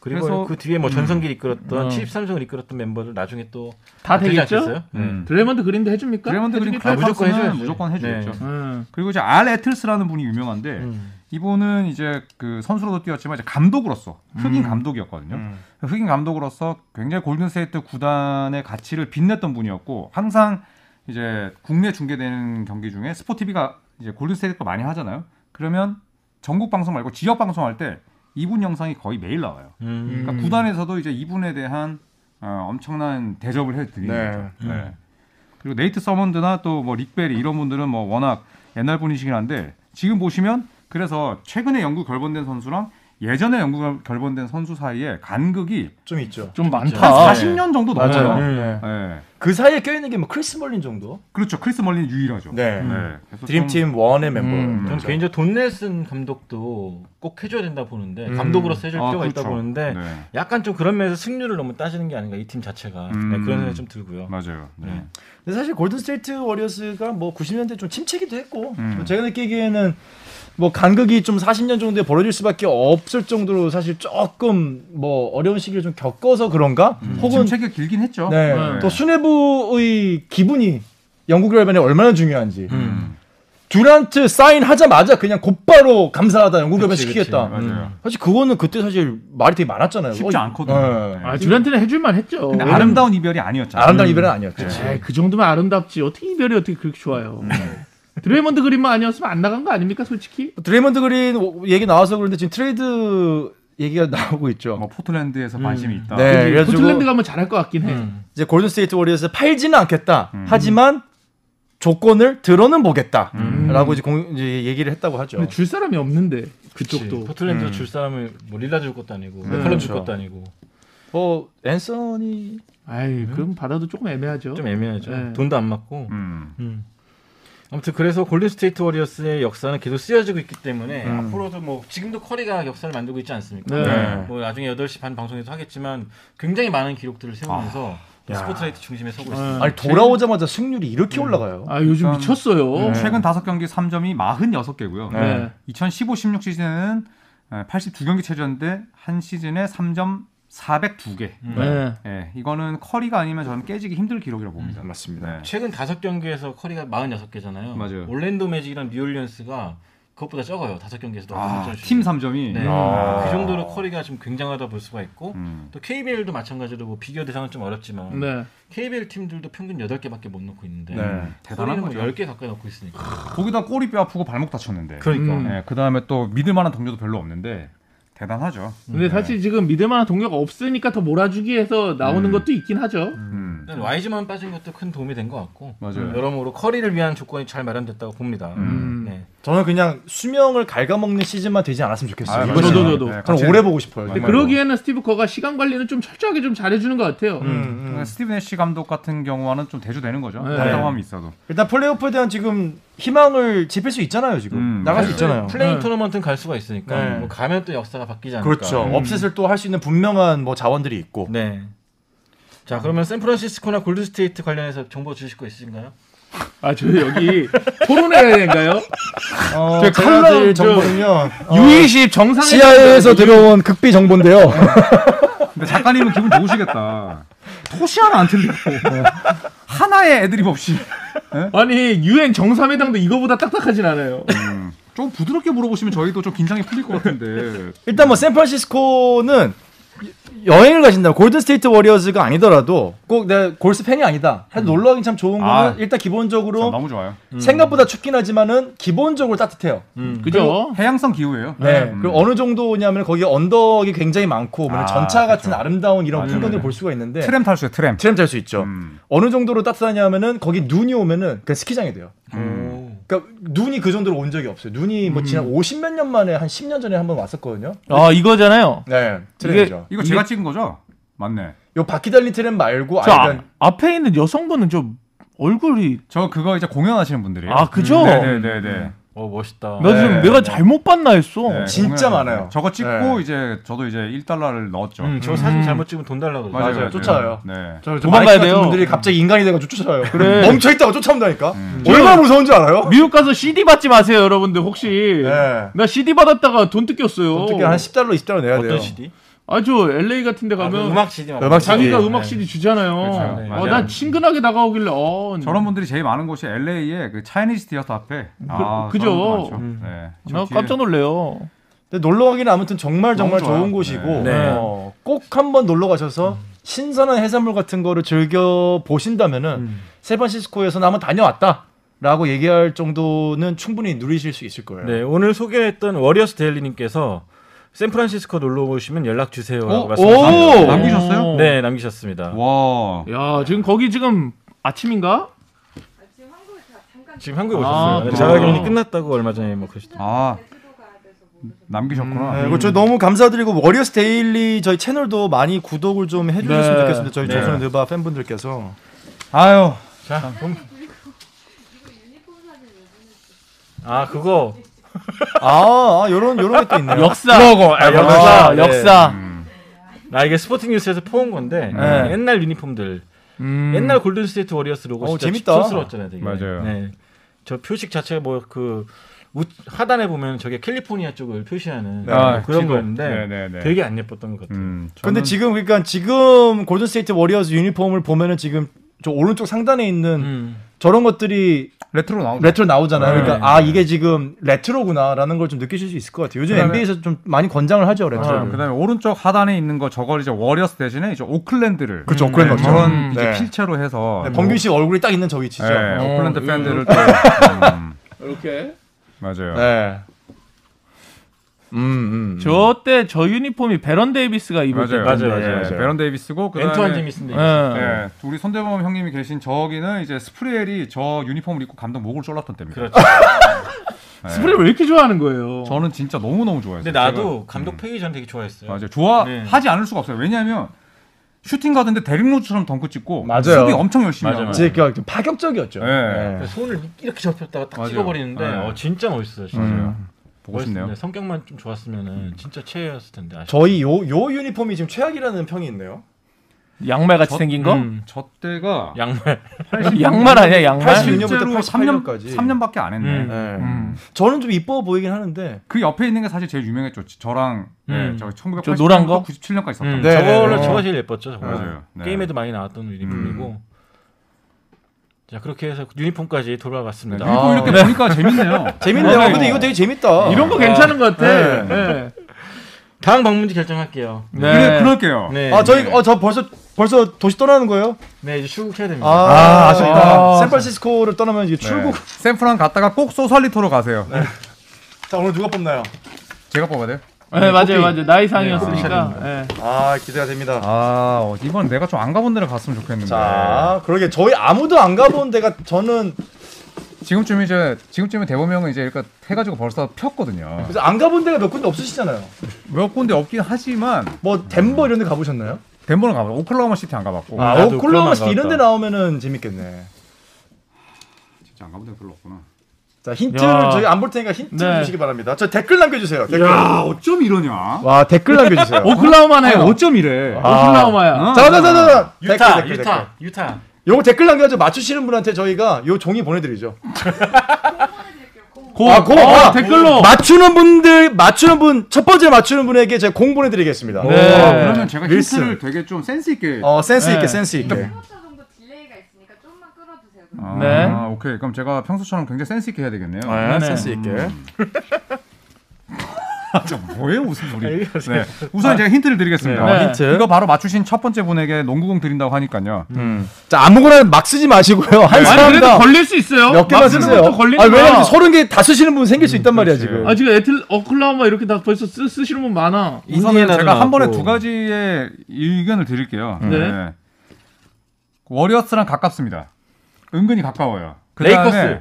그리고 그래서- 그 뒤에 뭐 전성기를 이끌었던 어. 73승을 이끌었던 멤버들 나중에 또 다 되지 되겠죠? 않겠어요? 네. 음. 드레먼드 그린도 해줍니까? 드래먼드 그린 해주겠다. 아, 무조건 무조건 해줘요. 해줘야지. 무조건 해주겠죠. 네. 음. 그리고 이제 알 에틀스라는 분이 유명한데 음. 이분은 이제 그 선수로도 뛰었지만 이제 감독으로서 흑인 감독이었거든요. 흑인 감독으로서 굉장히 골든스테이트 구단의 가치를 빛냈던 분이었고 항상 이제 국내 중계되는 경기 중에 스포티비가 이제 골든스테이트가 많이 하잖아요. 그러면 전국 방송 말고 지역 방송할 때 이분 영상이 거의 매일 나와요. 음. 그러니까 구단에서도 이제 이분에 대한 어, 엄청난 대접을 해드리는 네. 거죠. 네. 그리고 네이트 서먼드나 또 뭐 릭베리 이런 분들은 뭐 워낙 옛날 분이시긴 한데 지금 보시면 그래서 최근에 영국 결번된 선수랑 예전에 영국 결번된 선수 사이에 간극이 좀 있죠. 좀 한 많다. 40년 정도 아, 네. 맞아요. 넘어요. 네. 네. 그 사이에 껴있는 게 뭐 크리스 멀린 정도? 그렇죠. 크리스 멀린 유일하죠. 네. 그래서 드림팀 원의 멤버. 음. 저는 개인적으로 돈넬슨 감독도 꼭 해줘야 된다 보는데 감독으로서 해줄 아, 필요가 있다 그렇죠. 보는데 네. 약간 좀 그런 면에서 승률을 너무 따지는 게 아닌가 이 팀 자체가 음. 네, 그런 생각이 좀 들고요. 맞아요. 네. 음. 네. 근데 사실 골든 스테이트 워리어스가 뭐 90년대 좀 침체기도 했고 음. 제가 느끼기에는 뭐 간극이 좀 40년 정도에 벌어질 수밖에 없을 정도로 사실 조금 뭐 어려운 시기를 좀 겪어서 그런가? 혹은 혹은 책이 길긴 했죠. 네. 네. 또 수뇌부의 기분이 영국 열반에 얼마나 중요한지. 음. 듀란트 사인 하자마자 그냥 곧바로 감사하다 영국 열반 그치, 그치. 시키겠다. 맞아요. 사실 그거는 그때 사실 말이 되게 많았잖아요. 쉽지 어, 않거든요. 네. 아, 듀란트는 해줄만 했죠. 근데 아름다운 이별이 아니었잖아요. 네. 아름다운 이별은 아니었죠. 에이, 그 정도면 아름답지. 어떻게 이별이 어떻게 그렇게 좋아요. 드레이먼드 그린만 아니었으면 안 나간 거 아닙니까, 솔직히? 드레이먼드 그린 오- 얘기 나와서 그런데 지금 트레이드 얘기가 나오고 있죠. 뭐 포틀랜드에서 관심이 있다. 네, 그래가지고 포틀랜드 가면 잘할 것 음, 같긴 해. 그렇죠. 이제 골든 스테이트 워리어스 팔지는 않겠다. 하지만 조건을 들어는 보겠다라고 이제, 공- 이제 얘기를 했다고 하죠. 근데 줄 사람이 없는데 네. 그치. 그쪽도. 포틀랜드 음. 줄 사람을 뭐 릴라 줄 것도 아니고 네, 컬럼 그렇죠. 줄 것도 아니고 뭐 앤서니 아이, 그럼 받아도 조금 애매하죠. 좀 애매하죠. 네. 돈도 안 맞고. 음. 아무튼 그래서 골든 스테이트 워리어스의 역사는 계속 쓰여지고 있기 때문에 앞으로도 뭐 지금도 커리가 역사를 만들고 있지 않습니까? 네. 음. 네. 뭐 나중에 8시 반 방송에서 하겠지만 굉장히 많은 기록들을 세우면서 아, 스포트라이트 음. 중심에 서고 있습니다. 아니 돌아오자마자 승률이 이렇게 올라가요. 네. 아, 요즘 일단- 미쳤어요. 최근 5경기 3점이 46개고요. 네. 예, 2015-16 시즌은 82경기 체제였는데 한 시즌에 3점 402개. 음. 네. 예, 이거는 커리가 아니면 저는 깨지기 힘들 기록이라고 봅니다. 맞습니다. 네. 최근 다섯 경기에서 커리가 46개잖아요. 맞아요. 올랜도 매직이랑 뉴올리언스가 그것보다 적어요. 다섯 경기에서도 아, 삼점 슛이. 팀 3점이 아. 네. 그 정도로 커리가 좀 굉장하다 볼 수가 있고 음. 또 KBL도 마찬가지로 뭐 비교 대상은 좀 어렵지만 네. KBL 팀들도 평균 8개밖에 못 넣고 있는데 네, 대단한 대단한 뭐 거죠. 10개 가까이 넣고 있으니까. 거기다 꼬리 뼈 아프고 발목 다쳤는데. 그러니까. 음. 예, 그다음에 또 믿을 만한 동료도 별로 없는데 대단하죠. 근데 사실 지금 믿을 만한 동료가 없으니까 더 몰아주기 해서 나오는 음. 것도 있긴 하죠. 음. 일단 와이즈만 빠진 것도 큰 도움이 된 것 같고 네. 맞아요. 여러모로 커리를 위한 조건이 잘 마련됐다고 봅니다. 음. 네. 저는 그냥 수명을 갉아먹는 시즌만 되지 않았으면 좋겠어요. 아, 이번 맞아요. 시즌. 저도, 저도. 네, 저는 같이 오래 보고 싶어요. 정말. 근데 그러기에는 스티브 커가 시간 관리는 좀 철저하게 좀 잘해주는 것 같아요. 음, 음. 스티븐 애쉬 감독 같은 경우와는 좀 대조되는 거죠. 네. 상황이 있어도. 일단 플레이오프에 대한 지금 희망을 지필 수 있잖아요. 지금 음, 나갈 수 맞아요. 있잖아요. 플레인 네. 토너먼트는 갈 수가 있으니까 네. 뭐 가면 또 역사가 바뀌지 않을까. 그렇죠. 업셋을 또 할 수 있는 분명한 뭐 자원들이 있고. 네. 자 그러면 샌프란시스코나 골드스테이트 관련해서 정보 주실 거 있으신가요? 아, 저 여기 토론회가 된가요? 어, 저 제가 칼럼 드릴 저- 정보는요. 어, U20 정상회 CIA에서 들어온 극비 정보인데요. 근데 작가님은 기분 좋으시겠다. 토시 하나 안 틀리고 하나의 애드립 없이 아니 UN 정상회담도 이거보다 딱딱하진 않아요. 음. 좀 부드럽게 물어보시면 저희도 좀 긴장이 풀릴 것 같은데. [laughs] 일단 뭐 샌프란시스코는 여행을 가신다. 골든 스테이트 워리어즈가 아니더라도 꼭 내가 골스 팬이 아니다. 해도 놀러 가긴 참 좋은 거는 아. 참 일단 기본적으로 너무 좋아요. 생각보다 춥긴 하지만은 기본적으로 따뜻해요. 음. 그죠? 해양성 기후예요. 네. 음. 그리고 어느 정도냐면 거기 언덕이 굉장히 많고 아, 아, 전차 같은 아름다운 이런 맞아요. 풍경들을 볼 수가 있는데 트램 탈수요 트램. 트램 탈 수 있죠. 음. 어느 정도로 따뜻하냐면은 거기 눈이 오면은 그냥 스키장이 돼요. 음. 그러니까 눈이 그 정도로 온 적이 없어요. 눈이 뭐 지난 50 몇 년 만에 한 10년 전에 한번 왔었거든요. 아 이거잖아요. 네. 트램이죠. 이거 제가 찍은 거죠? 맞네. 요 바퀴 달린 트램 말고 저 아예 그냥 아, 앞에 있는 여성분은 좀 얼굴이 저 그거 이제 공연하시는 분들이에요. 음. 아 그죠? 네네네네. 어 멋있다. 나 지금 네. 내가 잘못 봤나 했어. 네, 음. 공연하시는 진짜 많아요. 분들. 저거 찍고 네. 이제 저도 이제 1달러를 넣었죠. 음, 저 사진 잘못 찍으면 돈 달라고 그러죠. 맞아요. 쫓아와요. 네. 저, 도망가야 마이크 같은 돼요. 분들이 갑자기 인간이 돼가지고 쫓아요. [laughs] 멈춰 있다가 쫓아온다니까. 음. 얼마나 무서운 줄 알아요? 미국 가서 CD 받지 마세요, 여러분들 혹시. 네. 나 CD 받았다가 돈 뜯겼어요. 어떻게 한 10달러, 20달러 내야 돼요. 어떤 CD? 아저 LA 같은 데 가면 아, 그 음악 CD 음악 CD. 자기가 네. 음악 CD 주잖아요. 그렇죠. 어, 맞아요. 난 친근하게 다가오길래 어. 저런 분들이 제일 많은 곳이 LA의 그 차이니즈 디어터 앞에. 아, 그죠. 저런 분들 많죠. 음. 네. 나 저 뒤에- 깜짝 놀래요. 근데 놀러 가기는 아무튼 정말 정말 너무 좋아요. 좋은 곳이고 네. 어, 꼭 한번 놀러 가셔서 신선한 해산물 같은 거를 즐겨 보신다면은 음. 샌프란시스코에서는 한번 다녀왔다라고 얘기할 정도는 충분히 누리실 수 있을 거예요. 네 오늘 소개했던 워리어스 데일리님께서 샌프란시스코 놀러 오시면 연락 주세요라고 어? 말씀하셨습니다. 오! 남기셨어요? 어. 네 남기셨습니다. 와. 야 지금 거기 지금 아침인가? 지금 한국에 다 잠깐 지금 한국에 아, 오셨어요. 그래요? 네, 자가격리 끝났다고 얼마 전에 뭐 그러시더라고요. 아, 제주도 가야 돼서 모르겠어요. 음, 남기셨구나. 네, 그리고 저 너무 감사드리고 워리어스 데일리 저희 채널도 많이 구독을 좀 해주셨으면 네. 좋겠습니다. 저희 네. 조선 드바 팬분들께서 아유. 자, 그럼- 아 그거 아, 아 요런 요런 게 또 있네요. 역사. 아, 역사. 역사. 네. 역사. 나 이게 스포팅 뉴스에서 퍼온 건데 네. 옛날 유니폼들 음. 옛날 골든스테이트 워리어스 로고 어, 진짜 재밌다. 촌스러웠잖아요 되게 맞아요. 네. 저 표식 자체가 뭐 그 하단에 보면 저게 캘리포니아 쪽을 표시하는 아, 네, 그런 지도. 거였는데 네네네. 되게 안 예뻤던 것 같아요 음, 저는- 근데 지금 그러니까 지금 골든 스테이트 워리어스 유니폼을 보면은 지금 저 오른쪽 상단에 있는 음. 저런 것들이 레트로 나오죠. 레트로 나오잖아요. 네. 그러니까 아 이게 지금 레트로구나라는 걸 좀 느끼실 수 있을 것 같아요. 요즘 그다음에- NBA에서 좀 많이 권장을 하죠 레트로. 아, 그다음에 오른쪽 하단에 있는 거 저걸 이제 워리어스 대신에 이제 오클랜드를 그렇죠, 오클랜드 네, 맞죠. 저런 음. 이제 네. 필체로 해서 음, 네, 범균 씨 얼굴이 딱 있는 저 위치죠. 네, 어. 오클랜드 음. 팬들을 또 음, 이렇게. 맞아요. 네. 음, 음. 저때 저 유니폼이 베런 데이비스가 입을 때. 맞아요. 맞아요, 예, 맞아요, 맞아요. 베런 데이비스고 그다음에 엔투안 제미슨데 예. 예, 우리 손대범 형님이 계신 저기는 이제 스프레엘이 저 유니폼을 입고 감독 목을 졸랐던 때입니다. 그렇죠 [laughs] 예. 스프레이 왜 이렇게 좋아하는 거예요? 저는 진짜 너무 너무 좋아했어요. 근데 나도 감독 패기 전 되게 좋아했어요 제가, 음. 맞아요. 좋아하지 네. 않을 수가 없어요. 왜냐하면 슈팅 가든데 데릭 로즈처럼 덩크 찍고 맞아요. 수비 엄청 열심히 맞아요, 하잖아요. 이제 그좀 파격적이었죠. 네. 네. 그래서 손을 이렇게 접혔다가 딱 맞아요. 찍어버리는데 네. 어, 진짜 멋있어요 진짜 음, 보고 싶네요. 음. 멋있는데 성격만 좀 좋았으면은 진짜 최애였을 텐데 아쉽 저희 요 요 유니폼이 지금 최악이라는 평이 있네요. 양말 같이 저- 생긴 거? 음. 저 때가 양말. 양말 아니야 양말? 86 년부터 3년 88년까지. 3년밖에 안 했네. 음. 네. 음. 저는 좀 이뻐 보이긴 하는데 그 옆에 있는 게 사실 제일 유명했죠. 지- 저랑 음. 네, 저 저 노란 거? 1989년부터 97년까지 썼던 음. 거. 네, 저걸로 네. 저거 제일 예뻤죠. 저거. 맞아요. 네. 음. 게임에도 많이 나왔던 유니폼이고. 자 그렇게 해서 유니폼까지 네. 돌아봤습니다. 유니폼 아, 이렇게 네. 보니까 [laughs] 재밌네요. 재밌네요. 어, 근데 이거 되게 재밌다. 이런 거 괜찮은 것 예. 같아. 네. 네. 다음 방문지 결정할게요. 네. 그래 그럴게요. 네. 아 저희 어 저 벌써 벌써 도시 떠나는 거예요? 네 이제 출국해야 됩니다. 아, 아, 아쉽다. 샌프란시스코를 떠나면 이제 네. 출국. 샌프란 갔다가 꼭 소살리토로 가세요. 자 오늘 누가 뽑나요? 제가 뽑아야 돼요? 네, 맞아요, 맞아요. 나이 상이었으니까. 네. 아 기대가 됩니다. 아 어, 이번 내가 좀 안 가본 데를 갔으면 좋겠는데. 자 그러게 저희 아무도 안 가본 데가 저는 지금쯤 이제 지금쯤에 대범형은 이제 그러니까 해가지고 벌써 폈거든요. 그래서 안 가본 데가 몇 군데 없으시잖아요. 몇 군데 없긴 하지만 뭐 덴버 이런 데 가보셨나요? 덴버는 가봤고 오클라호마 시티 안 가봤고. 아, 아, 나도 오클라호마 그건 시티 안 이런 데 가봤다. 나오면은 재밌겠네. 진짜 안 가본 데 별로 없구나. 자 힌트를 야. 저희 안 볼 테니까 힌트 네. 주시기 바랍니다. 저 댓글 남겨주세요. 댓글. 야 어쩜 이러냐? 와 댓글 [laughs] 남겨주세요. 예. 어, 오클라호마네. 아니, 요 어쩜 이래? 오클라호마야. 어? 자자자자 유타 유타 유타. 요거 댓글 남겨서 맞추시는 분한테 저희가 요 종이 보내드리죠. 고, 아, 고! 어, 아, 댓글로. 맞추는 분들 맞추는 분 첫 번째 맞추는 분에게 제가 공 보내드리겠습니다. 아, 네. 그러면 제가 밀스. 힌트를 되게 좀 센스 있게. 어 센스 있게 네. 센스 있게. 15초 정도 딜레이가 있으니까 조금만 끌어주세요. 그럼. 아, 네. 오케이. 그럼 제가 평소처럼 굉장히 센스 있게 해야 되겠네요. 네. 센스 있게. 진짜 뭐예요 무슨 아, 소리? 네. 우선 제가 힌트를 드리겠습니다. 네. 어, 힌트. 이거 바로 맞추신 첫 번째 분에게 농구공 드린다고 하니까요. 음, 자 아무거나 막 쓰지 마시고요. 한 아니 그래도 사람당 걸릴 수 있어요. 몇 개만 맞추는 쓰세요. 것도 걸리는 아니, 거야. 왜냐면 서른 개 다 쓰시는 분 생길 수 있단 말이야 그렇지. 지금. 아 지금 애틀 오클라호마 이렇게 다 벌써 쓰, 쓰시는 분 많아. 우선은 인디애나도 제가 한 번에 나왔고. 두 가지의 의견을 드릴게요. 네. 워리어스랑 가깝습니다. 은근히 가까워요. 레이커스.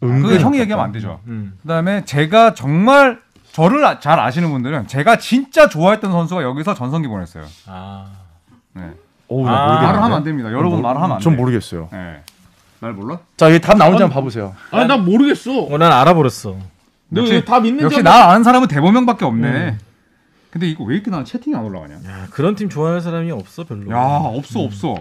그 형이 얘기하면 안 되죠. 음. 그다음에 제가 정말 저를 아- 잘 아시는 분들은 제가 진짜 좋아했던 선수가 여기서 전성기 보냈어요. 아 네. 오우 아, 말을 하면 안 됩니다. 여러분 말을 하면 안 돼요. 전 모르겠어요. 네. 날 몰라? 자 여기 답 나오는지 한번 봐보세요. 아니 난 모르겠어. 어, 난 알아버렸어. 너 역시- 네, 이거 답 있는지 역시 한번- 나 아는 사람은 대범형밖에 없네. 근데 이거 왜 이렇게 나 채팅이 안 올라가냐? 야, 그런 팀 좋아하는 사람이 없어 별로. 야 없어 없어.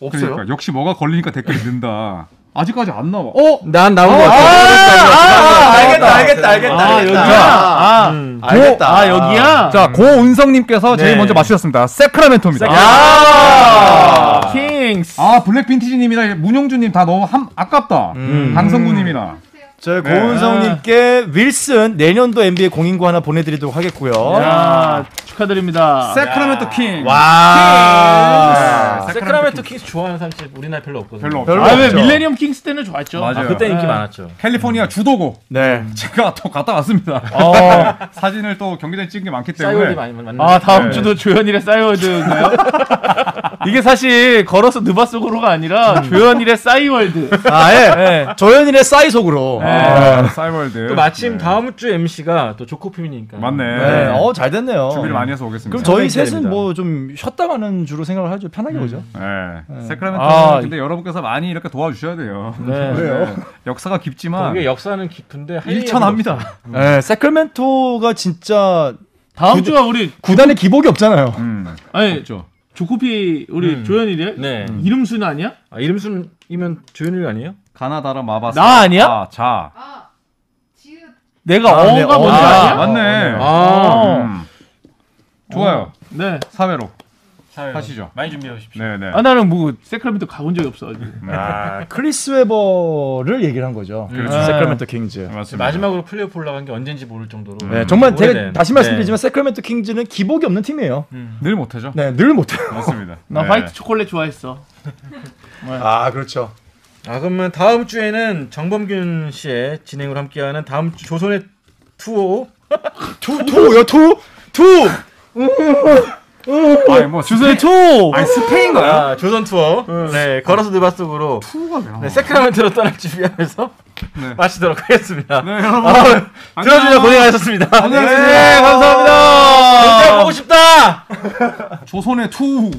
그러니까 역시 뭐가 걸리니까 댓글이 는다. 아직까지 안 나와. 어? 난 나온 거 아, 같아. 아, 알겠다, 알겠다, 알겠다, 아 알겠다. 여기야. 아, 음. 알겠다. 아 여기야. 자 고은성님께서 제일 네. 먼저 맞추셨습니다. 세크라멘토입니다. 아. 킹스. 아 블랙빈티지님이랑 문용주님 다 너무 함 아깝다. 강성구님이랑. 네. 저 고은성님께 윌슨 내년도 NBA 공인구 하나 보내드리도록 하겠고요. 야 아, 축하드립니다. 세크라멘토 킹. 와. 네, 아, 세크라멘토 킹스 좋아하는 사람 진짜 우리나라 별로 없거든요. 별로 없 별로 아 왜 없죠. 밀레니엄 킹스 때는 좋았죠. 맞아요. 아, 그때 인기 네. 많았죠. 캘리포니아 주도고 [laughs] 네. 제가 또 갔다 왔습니다. 어. 사진을 또 경기장에 찍은 게 많기 때문에 싸이월드 많이 만났는데. 아 다음 네. 주도 조현일의 [laughs] 싸이월드인가요? 이게 사실 걸어서 느바 속으로가 아니라 조현일의 싸이월드. 아 예. 조현일의 싸이 속으로. 아, 싸이월드. 또 마침 네. 다음 주 MC가 또 조코피이니까. 맞네. 네. 어, 잘 됐네요. 준비를 많이 해서 오겠습니다. 그럼 저희 상당히 셋은 기대됩니다. 뭐 좀 쉬었다 가는 주로 생각을 하죠. 편하게 오죠. 네. 세크라멘토는 아, 근데 여러분께서 많이 이렇게 도와주셔야 돼요. 네. [laughs] 왜요? 역사가 깊지만 이게 역사는 깊은데 할 얘기가 일천합니다. 네, 세클멘토가 진짜 다음 주가 우리 구단의 기복이 없잖아요. 음. 아니 그렇죠. 조코피 우리 음. 조현일의 없어. 네. 이름 순 아니야? 아, 이름순이면 조현일 아니에요? 가나다라 마바사. 나 아니야? 아, 자. 아, 지읒 내가 아, 어가 네, 뭔지 어가. 아니야? 맞- 맞네. 아. 음. 좋아요. 네. 사회로. 하시죠. 많이 준비해 오십시오. 네, 네. 아 나는 뭐 세크라멘토 가본 적이 없어. 아직. 아, 크리스 웨버를 얘기를 한 거죠. 아. 그렇죠. 세클멘토 킹즈. 맞습니다. 네. 마지막으로 플레이오프 올라간 게 언젠지 모를 정도로. 네, 음. 정말 제가 오래된. 네. 음. 다시 말씀드리지만 세클멘토 킹즈는 기복이 없는 팀이에요. 늘 못하죠. 네, 늘 못해요. 맞습니다. 나 네. 화이트 초콜릿 좋아했어. 아, 그렇죠. 네. 아 그러면 다음 주에는 정범균 씨의 진행으로 함께하는 다음 주 조선의 투어 투, 투요, 투, 투. 아니 뭐 주세 투. 아니 스페인 거야. 아, 조선 투어. 네, 걸어서 드바 속으로 투가 왜 나와? 네, 세크라멘트로 떠날 [laughs] 준비하면서 네. 마치도록 하겠습니다. 네, 여러분. 아, 들어주셔서 고생하셨습니다. 안녕히 계세요. 네, 감사합니다. 진짜 보고 싶다. 조선의 투.